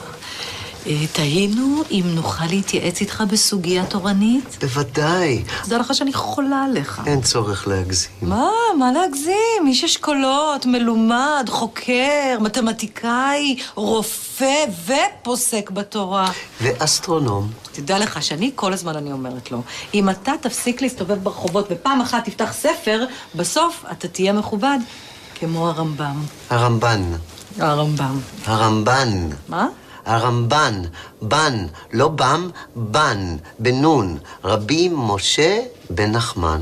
[SPEAKER 8] אה, תהינו אם נוכל להתייעץ איתך בסוגיה תורנית?
[SPEAKER 3] בוודאי.
[SPEAKER 8] תדע לך שאני חולה עליך.
[SPEAKER 3] אין צורך להגזים.
[SPEAKER 8] מה? מה להגזים? איש אשכולות, מלומד, חוקר, מתמטיקאי, רופא ופוסק בתורה.
[SPEAKER 3] ואסטרונום.
[SPEAKER 8] תדע לך שאני כל הזמן אני אומרת לו, אם אתה תפסיק להסתובב ברחובות ופעם אחת תפתח ספר, בסוף אתה תהיה מכובד כמו הרמב"ם.
[SPEAKER 3] הרמב"ן.
[SPEAKER 8] הרמב"ם.
[SPEAKER 3] הרמב"ן.
[SPEAKER 8] מה?
[SPEAKER 3] הרמב"ן. בן. לא בם, בן. בנון. רבי משה בן נחמן.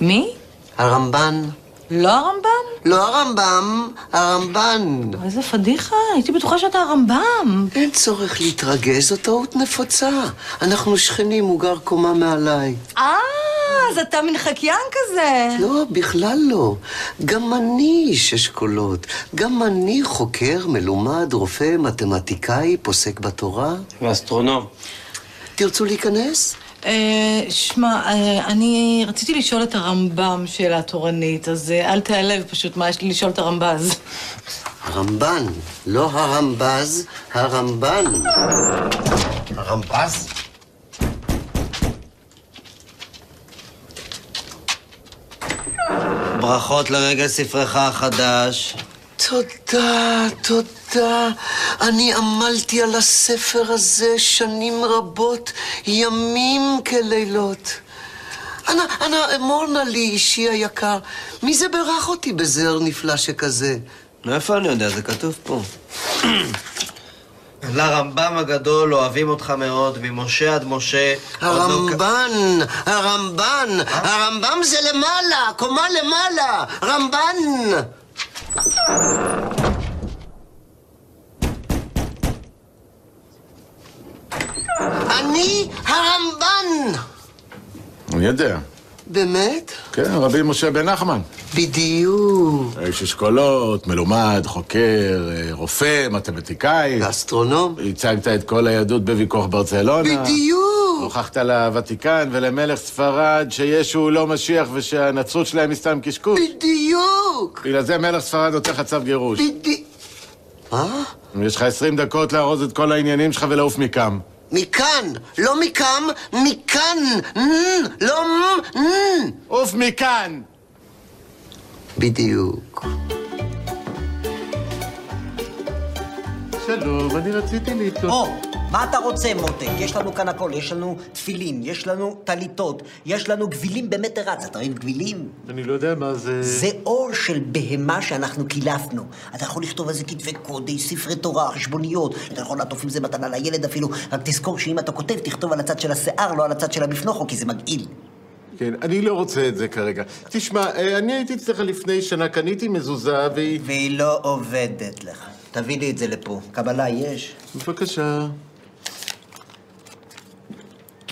[SPEAKER 8] מי?
[SPEAKER 3] הרמב"ן.
[SPEAKER 8] לא הרמב"ם?
[SPEAKER 3] לא הרמב"ם, הרמב"ן.
[SPEAKER 8] איזה פדיחה, הייתי בטוחה שאתה הרמב"ם.
[SPEAKER 3] אין צורך להתרגז, זו טעות נפוצה. אנחנו שכנים, הוא גר קומה מעליי.
[SPEAKER 8] אה, אז אתה מין חקיין כזה.
[SPEAKER 3] לא, בכלל לא. גם אני איש אשכולות. גם אני חוקר, מלומד, רופא, מתמטיקאי, פוסק בתורה.
[SPEAKER 22] ואסטרונום.
[SPEAKER 3] תרצו להיכנס?
[SPEAKER 8] אה, שמע, אה, אני רציתי לשאול את הרמב"ם שאלה תורנית, אז אה, אל תיעלב פשוט, מה יש לי לשאול את הרמב"ז?
[SPEAKER 3] הרמב"ן, לא הרמב"ז, הרמב"ן. הרמב"ז?
[SPEAKER 6] ברכות לרגל ספרך החדש.
[SPEAKER 3] תודה, תודה. אני עמלתי על הספר הזה שנים רבות, ימים כלילות. אנא, אנא, אמור נא לי, אישי היקר, מי זה בירך אותי בזר נפלא שכזה?
[SPEAKER 6] מאיפה אני יודע? זה כתוב פה. לרמב"ם הגדול אוהבים אותך מאוד, ממשה עד משה. לא
[SPEAKER 3] הרמב"ן, הרמב"ן, הרמב"ם זה למעלה, קומה למעלה, רמב"ן! אני הרמב"ן!
[SPEAKER 5] אני יודע.
[SPEAKER 3] באמת?
[SPEAKER 5] כן, רבי משה בן נחמן.
[SPEAKER 3] בדיוק.
[SPEAKER 5] איש אשכולות, מלומד, חוקר, אה, רופא, מתמטיקאי.
[SPEAKER 3] אסטרונום.
[SPEAKER 5] ייצגת את כל היהדות בוויכוח ברצלונה.
[SPEAKER 3] בדיוק.
[SPEAKER 5] הוכחת לוותיקן ולמלך ספרד שישו הוא לא משיח ושהנצרות שלהם היא סתם קשקוש.
[SPEAKER 3] בדיוק!
[SPEAKER 5] בגלל זה מלך ספרד נותן לך צו גירוש.
[SPEAKER 3] בדיוק. מה?
[SPEAKER 5] יש לך 20 דקות לארוז את כל העניינים שלך ולעוף מכאן.
[SPEAKER 3] מכאן, לא מכאן, מכאן, נ, לא מ, נ.
[SPEAKER 5] עוף מכאן!
[SPEAKER 3] בדיוק.
[SPEAKER 5] שלום, אני רציתי להתלונן.
[SPEAKER 6] או, מה אתה רוצה, מותק? יש לנו כאן הכל, יש לנו תפילין, יש לנו טליתות, יש לנו גבילים במטר רץ. אתה רואה גבילים?
[SPEAKER 5] אני לא יודע מה זה...
[SPEAKER 6] זה אור של בהמה שאנחנו קילפנו. אתה יכול לכתוב על זה כתבי קודש, ספרי תורה, חשבוניות, אתה יכול לעטוף עם זה מתנה לילד אפילו, רק תזכור שאם אתה כותב, תכתוב על הצד של השיער, לא על הצד של המפנוכו, כי זה מגעיל.
[SPEAKER 5] כן, אני לא רוצה את זה כרגע. תשמע, אה, אני הייתי אצלך לפני שנה, קניתי מזוזה והיא...
[SPEAKER 6] והיא לא עובדת לך. תביא לי את זה לפה. קבלה יש.
[SPEAKER 5] בבקשה.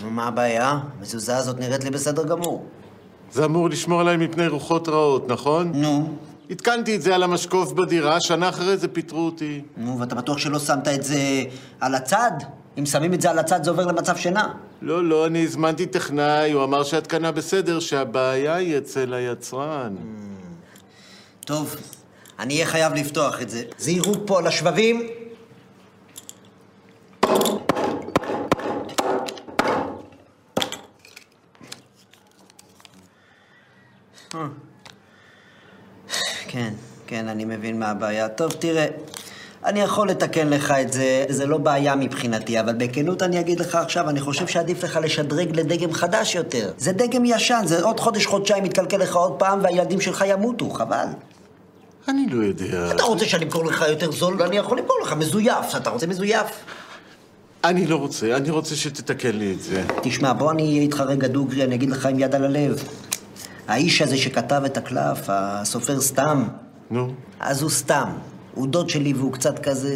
[SPEAKER 6] נו, מה הבעיה? המזוזה הזאת נראית לי בסדר גמור.
[SPEAKER 5] זה אמור לשמור עליי מפני רוחות רעות, נכון?
[SPEAKER 6] נו.
[SPEAKER 5] התקנתי את זה על המשקוף בדירה, שנה אחרי זה פיטרו אותי.
[SPEAKER 6] נו, ואתה בטוח שלא שמת את זה על הצד? אם שמים את זה על הצד, זה עובר למצב שינה.
[SPEAKER 5] לא, לא, אני הזמנתי טכנאי, הוא אמר שההתקנה בסדר, שהבעיה היא אצל היצרן.
[SPEAKER 6] טוב, אני אהיה חייב לפתוח את זה. זהירות פה על השבבים. אה. כן, כן, אני מבין מה הבעיה. טוב, תראה, אני יכול לתקן לך את זה, זה לא בעיה מבחינתי, אבל בכנות אני אגיד לך עכשיו, אני חושב שעדיף לך לשדרג לדגם חדש יותר. זה דגם ישן, זה עוד חודש-חודשיים יתקלקל לך עוד פעם, והילדים שלך ימותו, חבל.
[SPEAKER 5] אני לא יודע.
[SPEAKER 6] אתה רוצה שאני אמכור לך יותר זול? אני יכול למכור לך מזויף. אתה רוצה מזויף?
[SPEAKER 5] אני לא רוצה, אני רוצה שתתקן לי את זה.
[SPEAKER 6] תשמע, בוא אני אהיה איתך רגע דוגרי, אני אגיד לך עם יד על הלב. האיש הזה שכתב את הקלף, הסופר סתם.
[SPEAKER 5] נו.
[SPEAKER 6] אז הוא סתם. הוא דוד שלי והוא קצת כזה...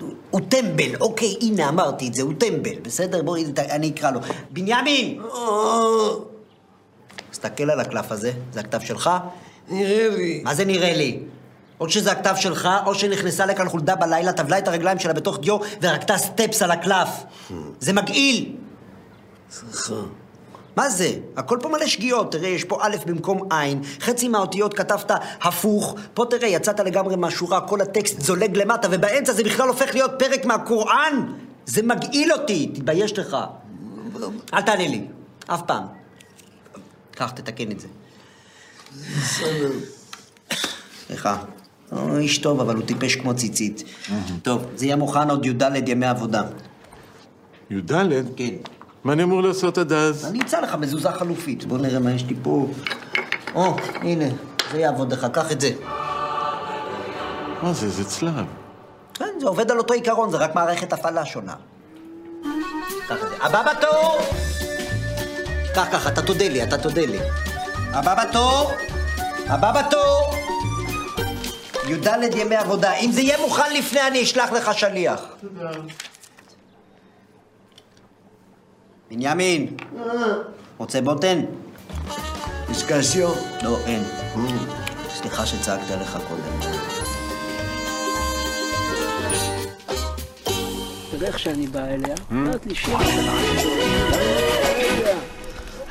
[SPEAKER 6] הוא- הוא טמבל, אוקיי, הנה אמרתי את זה, הוא טמבל, בסדר? בוא, הנה, ת- אני אקרא לו. בנימין! תסתכל על הקלף הזה, זה הכתב שלך? נראה לי. מה זה נראה לי? או שזה הכתב שלך, או שנכנסה לכאן חולדה בלילה, טבלה את הרגליים שלה בתוך דיו ורקתה סטפס על הקלף. זה מגעיל! סליחה. מה זה? הכל פה מלא שגיאות, תראה, יש פה א' במקום עין, חצי מהאותיות כתבת הפוך, פה תראה, יצאת לגמרי מהשורה, כל הטקסט זולג למטה, ובאמצע זה בכלל הופך להיות פרק מהקוראן! זה מגעיל אותי, תתבייש לך. אל תענה לי, אף פעם. קח, תתקן את זה. סליחה. הוא איש טוב, אבל הוא טיפש כמו ציצית. טוב, זה יהיה מוכן עוד י"ד ימי עבודה.
[SPEAKER 5] י"ד?
[SPEAKER 6] כן.
[SPEAKER 5] מה אני אמור לעשות עד אז?
[SPEAKER 6] אני אמצא לך מזוזה חלופית. בוא נראה מה יש לי פה. או, הנה, זה יעבוד לך, קח את זה.
[SPEAKER 5] מה זה, זה צלב.
[SPEAKER 6] כן, זה עובד על אותו עיקרון, זה רק מערכת הפעלה שונה. קח את זה. הבא בתור! קח, קח, אתה תודה לי, אתה תודה לי. הבא בתור! הבא בתור! י"ד ימי עבודה. אם זה יהיה מוכן לפני, אני אשלח לך שליח.
[SPEAKER 5] תודה.
[SPEAKER 6] בנימין, רוצה בוטן? יש קשיו? לא, אין. אה, סליחה שצעקתי עליך קודם.
[SPEAKER 9] תראה איך שאני בא אליה.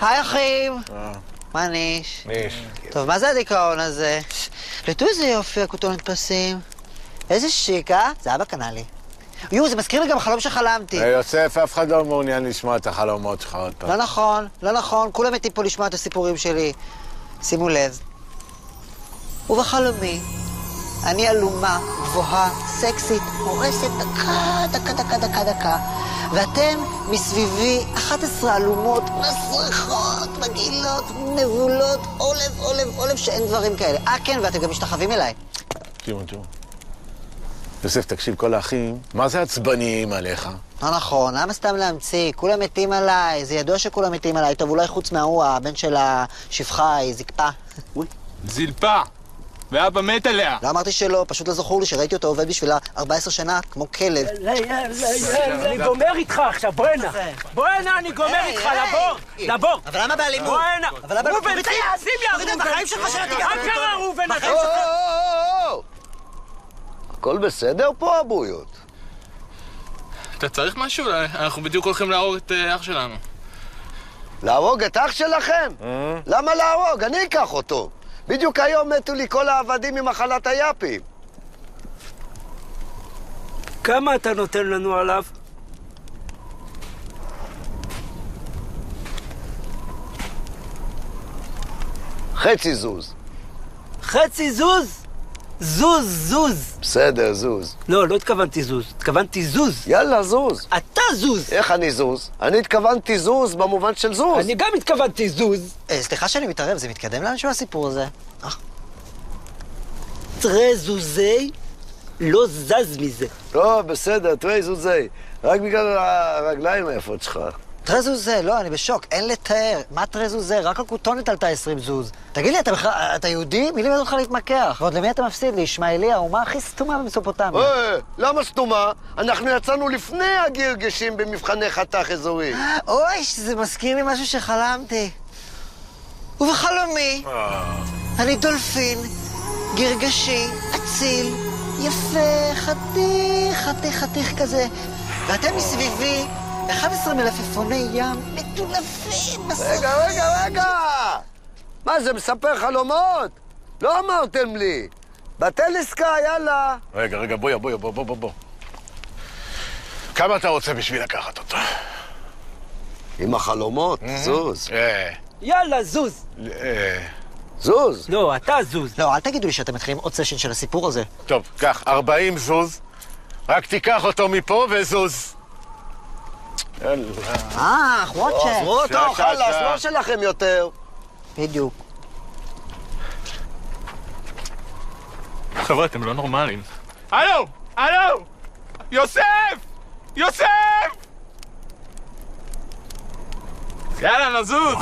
[SPEAKER 23] היי אחים! מה ניש?
[SPEAKER 24] ניש.
[SPEAKER 23] טוב, מה זה הדיכאון הזה? לתו איזה יופי הכותון נתפסים. איזה שיק, אה? זהבה קנה לי. יו, זה מזכיר לי גם חלום שחלמתי.
[SPEAKER 5] היי, יוסף, אף אחד לא מעוניין לשמוע את החלומות שלך עוד פעם.
[SPEAKER 23] לא נכון, לא נכון, כולם מתים פה לשמוע את הסיפורים שלי. שימו לב. ובחלומי, אני עלומה, גבוהה, סקסית, הורסת דקה, דקה, דקה, דקה, דקה, ואתם מסביבי 11 עלומות, מסריחות, מגעילות, נבולות, עולב, עולב, עולב, שאין דברים כאלה. אה, כן, ואתם גם משתחווים אליי.
[SPEAKER 5] תראו, תראו. יוסף, תקשיב, כל האחים, מה זה עצבניים עליך?
[SPEAKER 23] לא נכון, למה סתם להמציא? כולם מתים עליי, זה ידוע שכולם מתים עליי. טוב, אולי חוץ מההוא, הבן של השפחה, היא זקפה.
[SPEAKER 25] זלפה! ואבא מת עליה!
[SPEAKER 23] לא אמרתי שלא, פשוט לא זכור לי שראיתי אותו עובד בשבילה 14 שנה, כמו כלב.
[SPEAKER 9] לא, לא, אני גומר איתך עכשיו, בוא הנה. בוא הנה, אני גומר איתך, לבור, לבור.
[SPEAKER 23] אבל למה באלימות?
[SPEAKER 9] בוא הנה.
[SPEAKER 23] אבל למה באלימות?
[SPEAKER 9] ראובן, טייסים יא
[SPEAKER 23] תוריד את החיים שלך של התיק
[SPEAKER 9] מה
[SPEAKER 23] הזה,
[SPEAKER 9] קרה,
[SPEAKER 23] טוב?
[SPEAKER 9] ראובן? אתה-
[SPEAKER 13] בחיים שלך- הכל בסדר פה, אבויות?
[SPEAKER 26] אתה צריך משהו? אנחנו בדיוק הולכים להרוג את אה, אח שלנו.
[SPEAKER 13] להרוג את אח שלכם? למה להרוג? אני אקח אותו. בדיוק היום מתו לי כל העבדים ממחלת היאפים.
[SPEAKER 9] כמה אתה נותן לנו עליו?
[SPEAKER 13] חצי זוז.
[SPEAKER 9] חצי זוז?
[SPEAKER 3] זוז, זוז.
[SPEAKER 13] בסדר, זוז.
[SPEAKER 3] לא, לא התכוונתי זוז, התכוונתי זוז.
[SPEAKER 13] יאללה, זוז.
[SPEAKER 3] אתה זוז.
[SPEAKER 13] איך אני זוז? אני התכוונתי זוז במובן של זוז.
[SPEAKER 3] אני גם התכוונתי זוז.
[SPEAKER 6] אה, סליחה שאני מתערב, זה מתקדם לאנשהו הסיפור הזה? אה,
[SPEAKER 3] תרי זוזי, לא זז מזה.
[SPEAKER 13] לא, בסדר, תראה, זוזי. רק בגלל הרגליים היפות שלך.
[SPEAKER 6] טרזוזה, לא, אני בשוק, אין לתאר. מה טרזוזה? רק הכותונת עלתה 20 זוז. תגיד לי, אתה בכלל, אתה יהודי? מי לימד אותך להתמקח? ועוד למי אתה מפסיד? לישמעאלי, האומה הכי סתומה במסופוטמיה.
[SPEAKER 13] אוי, למה סתומה? אנחנו יצאנו לפני הגרגשים במבחני חתך אזורי.
[SPEAKER 6] אוי, זה מזכיר לי משהו שחלמתי. ובחלומי, אני דולפין, גרגשי, אציל, יפה, חתיך, חתיך, חתיך כזה. ואתם מסביבי, 11 מלפפוני ים, מטונפים, מסכים.
[SPEAKER 13] רגע, רגע, רגע! מה, זה מספר חלומות? לא אמרתם לי. בטל עסקה, יאללה.
[SPEAKER 5] רגע, רגע, בואי, בואי, בוא, בוא, בוא, בוא. כמה אתה רוצה בשביל לקחת אותו?
[SPEAKER 13] עם החלומות, זוז.
[SPEAKER 5] אה,
[SPEAKER 3] יאללה, זוז.
[SPEAKER 5] אה.
[SPEAKER 13] זוז.
[SPEAKER 3] לא, אתה זוז.
[SPEAKER 6] לא, אל תגידו לי שאתם מתחילים עוד סשן של הסיפור הזה.
[SPEAKER 5] טוב, קח, 40 זוז, רק תיקח אותו מפה וזוז. יאללה.
[SPEAKER 6] אה,
[SPEAKER 13] לא,
[SPEAKER 6] וואטשאפ.
[SPEAKER 13] עזבו אותו, חלאס, לא שלכם יותר.
[SPEAKER 6] בדיוק.
[SPEAKER 23] חבר'ה, אתם לא נורמלים.
[SPEAKER 9] הלו! הלו! יוסף! יוסף! יאללה, נזוז!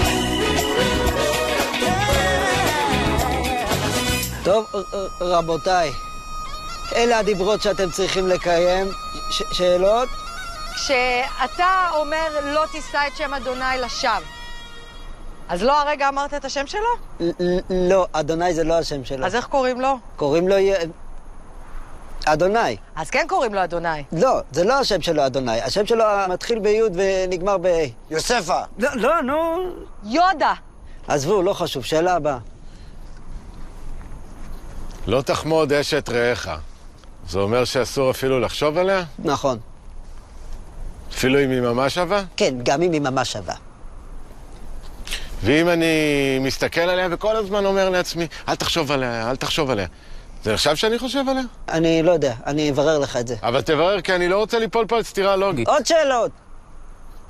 [SPEAKER 6] טוב, ר- ר- רבותיי, אלה הדיברות שאתם צריכים לקיים. ש- שאלות?
[SPEAKER 8] כשאתה אומר לא תישא את שם אדוני לשווא, אז לא הרגע אמרת את השם שלו?
[SPEAKER 6] ל- ל- לא, אדוני זה לא השם שלו.
[SPEAKER 8] אז איך קוראים לו?
[SPEAKER 6] קוראים לו... י- אדוני.
[SPEAKER 8] אז כן קוראים לו אדוני.
[SPEAKER 6] לא, זה לא השם שלו אדוני. השם שלו מתחיל בי' ונגמר ב... יוספה. לא, לא, נו.
[SPEAKER 8] יודה.
[SPEAKER 6] עזבו, לא חשוב. שאלה הבאה.
[SPEAKER 5] לא תחמוד אשת רעך. זה אומר שאסור אפילו לחשוב עליה?
[SPEAKER 6] נכון.
[SPEAKER 5] אפילו אם היא ממש שווה?
[SPEAKER 6] כן, גם אם היא ממש שווה.
[SPEAKER 5] ואם אני מסתכל עליה וכל הזמן אומר לעצמי, אל תחשוב עליה, אל תחשוב עליה. זה נחשב שאני חושב עליה?
[SPEAKER 6] אני לא יודע, אני אברר לך את זה.
[SPEAKER 5] אבל תברר, כי אני לא רוצה ליפול פה על סתירה לוגית.
[SPEAKER 6] עוד שאלות.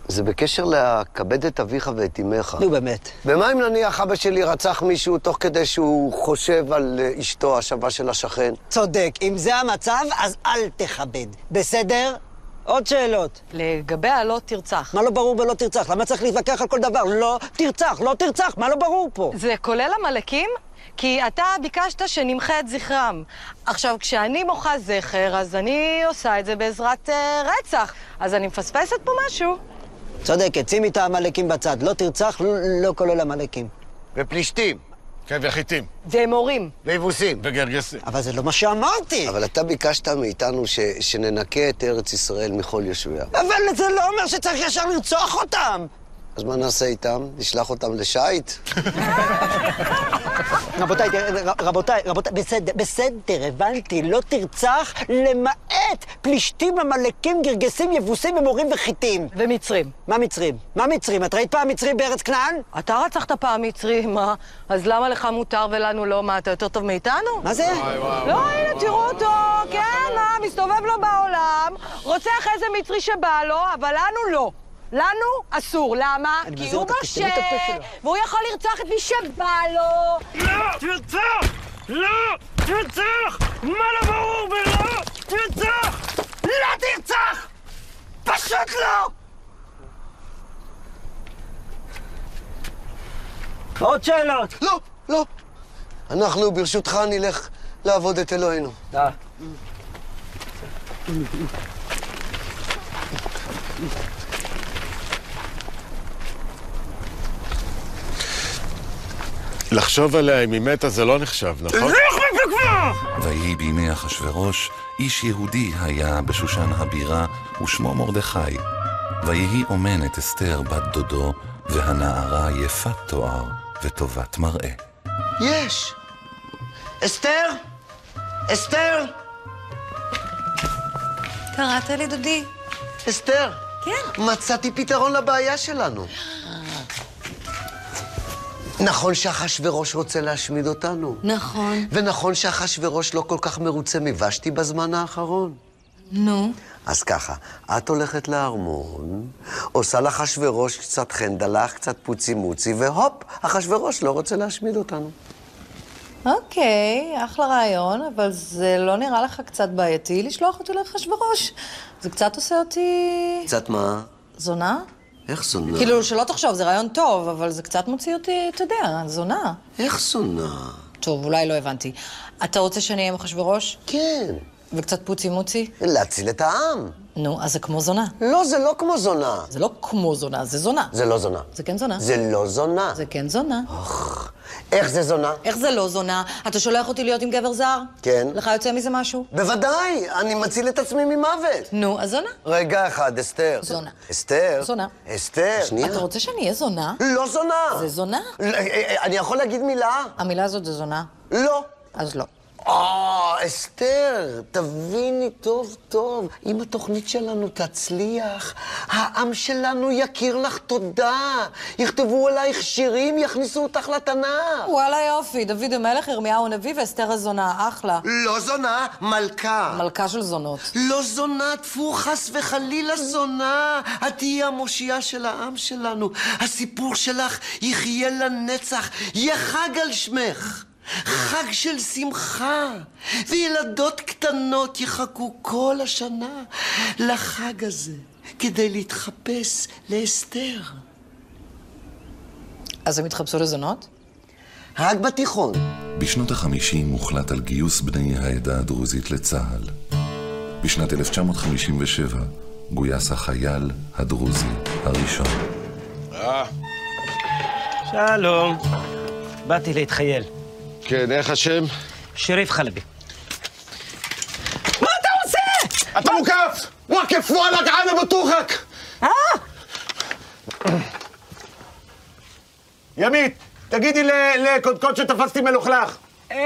[SPEAKER 13] זה בקשר לכבד את אביך ואת אמך.
[SPEAKER 6] נו, באמת.
[SPEAKER 13] ומה אם נניח אבא שלי רצח מישהו תוך כדי שהוא חושב על אה, אשתו השווה של השכן?
[SPEAKER 6] צודק, אם זה המצב, אז אל תכבד. בסדר? עוד שאלות.
[SPEAKER 8] לגבי הלא תרצח.
[SPEAKER 6] מה לא ברור בלא תרצח? למה צריך להתווכח על כל דבר? לא תרצח, לא תרצח, מה לא ברור פה?
[SPEAKER 8] זה כולל עמלקים? כי אתה ביקשת שנמחה את זכרם. עכשיו, כשאני מוחה זכר, אז אני עושה את זה בעזרת אה, רצח. אז אני מפספסת פה משהו.
[SPEAKER 6] צודקת, שימי את העמלקים בצד. לא תרצח, לא- לא כולל עמלקים.
[SPEAKER 13] ופלישתים.
[SPEAKER 5] כן, וחיתים.
[SPEAKER 8] ואמורים.
[SPEAKER 13] ויבוסים.
[SPEAKER 5] וגרגסים.
[SPEAKER 6] אבל זה לא מה שאמרתי.
[SPEAKER 13] אבל אתה ביקשת מאיתנו ש... שננקה את ארץ ישראל מכל יושביה.
[SPEAKER 6] אבל זה לא אומר שצריך ישר לרצוח אותם!
[SPEAKER 13] אז מה נעשה איתם? נשלח אותם לשייט?
[SPEAKER 6] רבותיי, תראה, ר- רבותיי, רבותיי, בסדר, בסדר, הבנתי, לא תרצח למעט פלישתים, עמלקים, גרגסים, יבוסים, ומורים וחיתים.
[SPEAKER 8] ומצרים.
[SPEAKER 6] מה מצרים? מה מצרים? את ראית פעם מצרים בארץ כנען?
[SPEAKER 8] אתה רצחת פעם מצרי, מה? אז למה לך מותר ולנו לא? מה, אתה יותר טוב מאיתנו?
[SPEAKER 6] מה זה?
[SPEAKER 8] לא, הנה, תראו אותו, כן, מה, מסתובב לו בעולם, רוצח איזה מצרי שבא לו, אבל לנו לא. לנו אסור, למה? כי
[SPEAKER 6] מזהיר
[SPEAKER 8] הוא
[SPEAKER 6] אותך,
[SPEAKER 8] משה,
[SPEAKER 6] תסתמי את הפה שלו.
[SPEAKER 8] והוא יכול לרצוח את מי שבא לו.
[SPEAKER 16] לא תרצח! לא תרצח! מה לא ברור ולא תרצח! לא תרצח! פשוט לא!
[SPEAKER 6] עוד שאלות.
[SPEAKER 13] לא, לא. אנחנו, ברשותך, נלך לעבוד את אלוהינו.
[SPEAKER 5] לחשוב עליה אם היא מתה זה לא נחשב, נכון?
[SPEAKER 2] ויהי בימי אחשורוש, איש יהודי היה בשושן הבירה, ושמו מרדכי. ויהי אומנת אסתר בת דודו, והנערה יפת תואר וטובת מראה.
[SPEAKER 6] יש! אסתר? אסתר? קראת לי, דודי? אסתר. כן.
[SPEAKER 13] מצאתי פתרון לבעיה שלנו.
[SPEAKER 3] נכון שאחשוורוש רוצה להשמיד אותנו.
[SPEAKER 8] נכון.
[SPEAKER 3] ונכון שאחשוורוש לא כל כך מרוצה מוושתי בזמן האחרון.
[SPEAKER 8] נו.
[SPEAKER 3] אז ככה, את הולכת לארמון, עושה לאחשוורוש קצת חנדלח, קצת פוצי מוצי, והופ, אחשוורוש לא רוצה להשמיד אותנו.
[SPEAKER 8] אוקיי, אחלה רעיון, אבל זה לא נראה לך קצת בעייתי לשלוח אותי לאחשוורוש. זה קצת עושה אותי...
[SPEAKER 3] קצת מה?
[SPEAKER 8] זונה?
[SPEAKER 3] איך זונה?
[SPEAKER 8] כאילו, שלא תחשוב, זה רעיון טוב, אבל זה קצת מוציא אותי, אתה יודע, זונה.
[SPEAKER 3] איך זונה?
[SPEAKER 8] טוב, אולי לא הבנתי. אתה רוצה שאני אהיה עם אחשוורוש?
[SPEAKER 3] כן.
[SPEAKER 8] וקצת פוצי מוצי?
[SPEAKER 3] להציל את העם.
[SPEAKER 8] נו, אז זה כמו זונה.
[SPEAKER 3] לא, זה לא כמו זונה.
[SPEAKER 8] זה לא כמו זונה, זה זונה.
[SPEAKER 3] זה לא זונה.
[SPEAKER 8] זה כן זונה.
[SPEAKER 3] זה לא זונה.
[SPEAKER 8] זה כן זונה.
[SPEAKER 3] איך זה זונה?
[SPEAKER 8] איך זה לא זונה? אתה שולח אותי להיות עם גבר זר?
[SPEAKER 3] כן.
[SPEAKER 8] לך יוצא מזה משהו?
[SPEAKER 3] בוודאי, אני מציל את עצמי ממוות.
[SPEAKER 8] נו, אז זונה.
[SPEAKER 3] רגע אחד, אסתר.
[SPEAKER 8] זונה.
[SPEAKER 3] אסתר.
[SPEAKER 8] זונה.
[SPEAKER 3] אסתר. שנייה.
[SPEAKER 8] אה, אתה רוצה שאני אהיה זונה?
[SPEAKER 3] לא זונה.
[SPEAKER 8] זה זונה?
[SPEAKER 3] לא, אה, אה, אני יכול להגיד מילה?
[SPEAKER 8] המילה הזאת זה זונה.
[SPEAKER 3] לא.
[SPEAKER 8] אז לא.
[SPEAKER 3] אה, אסתר, תביני טוב טוב, אם התוכנית שלנו תצליח, העם שלנו יכיר לך תודה. יכתבו עלייך שירים, יכניסו אותך לתנ"ך.
[SPEAKER 8] וואלה יופי, דוד המלך, ירמיהו הנביא ואסתר הזונה, אחלה.
[SPEAKER 3] לא זונה, מלכה.
[SPEAKER 8] מלכה של זונות.
[SPEAKER 3] לא זונה, טפו חס וחלילה זונה. את תהיי המושיעה של העם שלנו. הסיפור שלך יחיה לנצח. יהיה חג על שמך. חג של שמחה, וילדות קטנות יחכו כל השנה לחג הזה כדי להתחפש לאסתר.
[SPEAKER 8] אז הם התחפשו לזונות?
[SPEAKER 3] רק בתיכון.
[SPEAKER 2] בשנות ה-50 הוחלט על גיוס בני העדה הדרוזית לצה"ל. בשנת 1957 גויס החייל הדרוזי הראשון.
[SPEAKER 5] אה,
[SPEAKER 27] שלום. באתי להתחייל.
[SPEAKER 5] כן, איך השם?
[SPEAKER 27] שריף חלבי.
[SPEAKER 5] מה אתה עושה? אתה מוקף! וואקף וואלק ענה בטוחק! אה? ימית, תגידי ל- לקודקוד שתפסתי מלוכלך.
[SPEAKER 16] אל...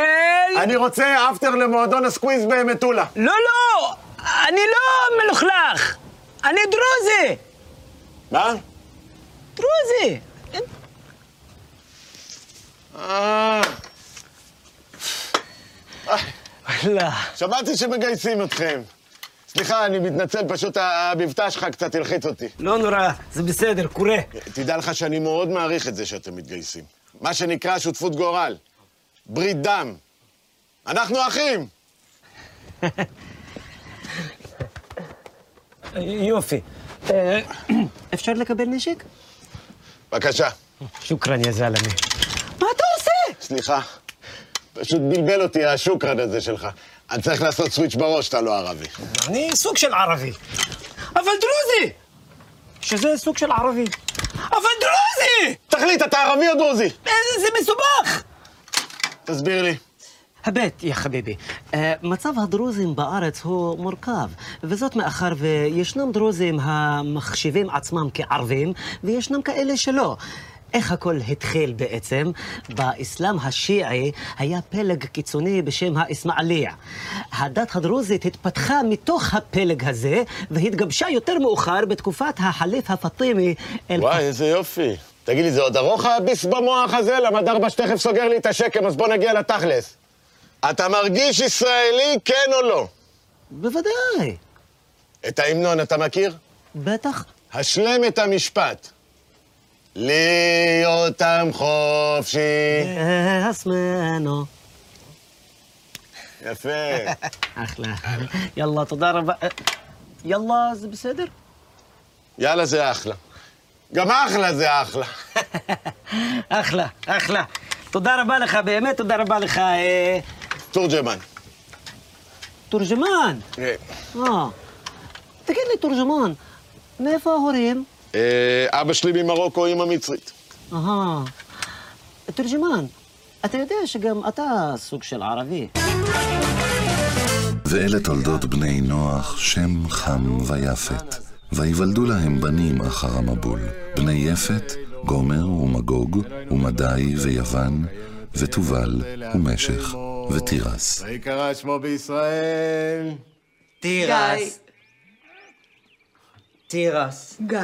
[SPEAKER 5] אני רוצה אפטר למועדון הסקוויז במטולה.
[SPEAKER 16] לא, לא! אני לא מלוכלך! אני דרוזי!
[SPEAKER 5] מה?
[SPEAKER 16] דרוזי!
[SPEAKER 5] אה. וואלה. אה.
[SPEAKER 27] אה.
[SPEAKER 5] שמעתי שמגייסים אתכם. סליחה, אני מתנצל, פשוט המבטא שלך קצת הלחיץ אותי.
[SPEAKER 27] לא נורא, זה בסדר, קורה.
[SPEAKER 5] תדע לך שאני מאוד מעריך את זה שאתם מתגייסים. מה שנקרא שותפות גורל. ברית דם. אנחנו אחים!
[SPEAKER 27] יופי. אה, אפשר לקבל נשק?
[SPEAKER 5] בבקשה.
[SPEAKER 27] שוכרן, יא זלמה.
[SPEAKER 5] מה אתה עושה? סליחה, פשוט בלבל אותי השוקרן הזה שלך. אני צריך לעשות סוויץ' בראש, אתה לא ערבי.
[SPEAKER 27] אני סוג של ערבי. אבל דרוזי! שזה סוג של ערבי. אבל דרוזי!
[SPEAKER 5] תחליט, אתה ערבי או דרוזי?
[SPEAKER 27] זה מסובך!
[SPEAKER 5] תסביר לי.
[SPEAKER 9] הבט, יא חביבי, אה, מצב הדרוזים בארץ הוא מורכב, וזאת מאחר וישנם דרוזים המחשיבים עצמם כערבים, וישנם כאלה שלא. איך הכל התחיל בעצם? באסלאם השיעי היה פלג קיצוני בשם האסמאעיליה. הדת הדרוזית התפתחה מתוך הפלג הזה, והתגבשה יותר מאוחר בתקופת החליף הפטימי אל...
[SPEAKER 5] וואי, איזה יופי. תגיד לי, זה עוד ארוך הביס במוח הזה? למה דרבש תכף סוגר לי את השקם, אז בוא נגיע לתכלס. אתה מרגיש ישראלי, כן או לא?
[SPEAKER 9] בוודאי.
[SPEAKER 5] את ההמנון אתה מכיר?
[SPEAKER 9] בטח.
[SPEAKER 5] השלם את המשפט. להיות עם חופשי.
[SPEAKER 9] אה, הסמנו.
[SPEAKER 5] יפה.
[SPEAKER 9] אחלה. יאללה, תודה רבה. אה, יאללה, זה בסדר?
[SPEAKER 5] יאללה, זה אחלה. גם אחלה זה אחלה.
[SPEAKER 27] אחלה, אחלה. תודה רבה לך, באמת תודה רבה לך. אה,
[SPEAKER 5] תורג'מן.
[SPEAKER 9] תורג'מן. אה. תגיד לי, תורג'מן, מאיפה ההורים?
[SPEAKER 5] אה, אבא שלי ממרוקו, אימא מצרית.
[SPEAKER 9] אהה. תורג'מן, אתה יודע שגם אתה סוג של ערבי.
[SPEAKER 2] ואלה תולדות בני נוח, שם חם ויפת. ויוולדו להם בנים אחר המבול, בני יפת, גומר ומגוג, ומדי ויוון, ותובל, ומשך, ותירס.
[SPEAKER 5] ויקרא שמו בישראל.
[SPEAKER 9] תירס.
[SPEAKER 28] תירס.
[SPEAKER 9] גיא.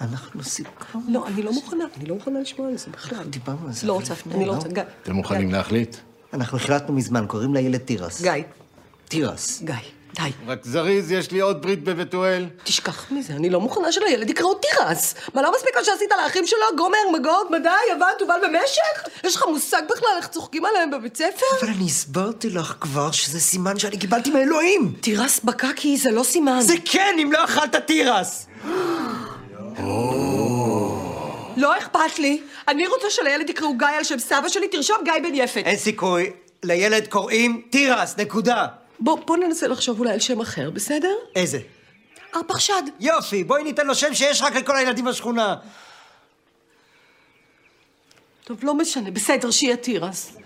[SPEAKER 6] אנחנו סיכמנו.
[SPEAKER 4] לא, אני לא מוכנה, אני לא מוכנה לשמוע על זה בכלל.
[SPEAKER 6] דיברנו על זה.
[SPEAKER 4] לא רוצה, אני לא רוצה, גיא.
[SPEAKER 6] אתם מוכנים
[SPEAKER 5] להחליט?
[SPEAKER 6] אנחנו החלטנו מזמן, קוראים לילד תירס.
[SPEAKER 4] גיא,
[SPEAKER 6] תירס.
[SPEAKER 4] גיא, די.
[SPEAKER 5] רק זריז, יש לי עוד ברית בבתואל.
[SPEAKER 4] תשכח מזה, אני לא מוכנה שלילד יקראו תירס. מה, לא מספיק מה שעשית לאחים שלו, גומר, מגוג, מדי, יוון, תובל ומשך? יש לך מושג בכלל איך צוחקים עליהם בבית ספר?
[SPEAKER 6] אבל אני הסברתי לך כבר שזה סימן שאני קיבלתי מאלוהים.
[SPEAKER 4] תירס בקקי זה לא סימן.
[SPEAKER 6] זה כן, אם לא אכלת תירס.
[SPEAKER 4] לא אכפת לי. אני רוצה שלילד יקראו גיא על שם סבא שלי, תרשום גיא בן יפת.
[SPEAKER 6] אין סיכוי, לילד קוראים תירס, נקודה.
[SPEAKER 4] בוא, בוא ננסה לחשוב אולי על שם אחר, בסדר?
[SPEAKER 6] איזה?
[SPEAKER 4] ארפחשד.
[SPEAKER 6] יופי, בואי ניתן לו שם שיש רק לכל הילדים בשכונה.
[SPEAKER 4] טוב, לא משנה, בסדר, שיהיה תירס.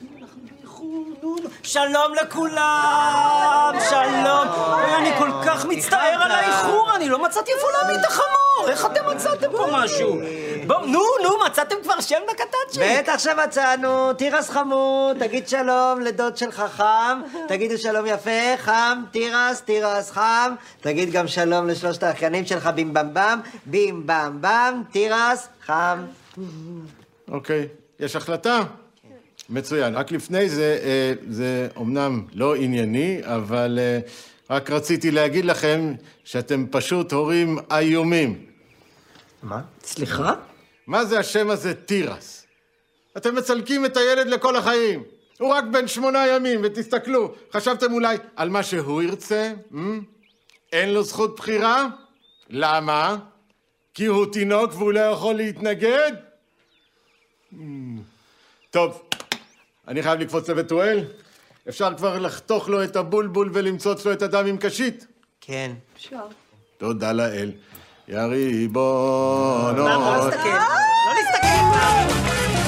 [SPEAKER 6] שלום לכולם! שלום! אוי, אני כל כך מצטער על האיחור, אני לא מצאתי איפה להעמיד את החמור! איך אתם מצאתם פה משהו? בואו, נו, נו, מצאתם כבר שם לקטן שלי! בטח שמצאנו, תירס חמוד, תגיד שלום לדוד שלך חם, תגידו שלום יפה, חם, תירס, תירס חם, תגיד גם שלום לשלושת האחיינים שלך בים במ במ, בים במ במ, תירס חם.
[SPEAKER 5] אוקיי, יש החלטה? מצוין. רק לפני זה, אה, זה אומנם לא ענייני, אבל אה, רק רציתי להגיד לכם שאתם פשוט הורים איומים.
[SPEAKER 6] מה? סליחה?
[SPEAKER 5] מה זה השם הזה תירס? אתם מצלקים את הילד לכל החיים. הוא רק בן שמונה ימים, ותסתכלו, חשבתם אולי על מה שהוא ירצה? Hmm? אין לו זכות בחירה? למה? כי הוא תינוק והוא לא יכול להתנגד? Hmm. טוב, אני חייב לקפוץ לבתואל. אפשר כבר לחתוך לו את הבולבול ולמצוץ לו את הדם עם קשית?
[SPEAKER 6] כן.
[SPEAKER 4] אפשר.
[SPEAKER 5] תודה לאל. יריבון
[SPEAKER 6] לא
[SPEAKER 5] עוד.
[SPEAKER 2] Oh.
[SPEAKER 6] נסתכל, לא נסתכל.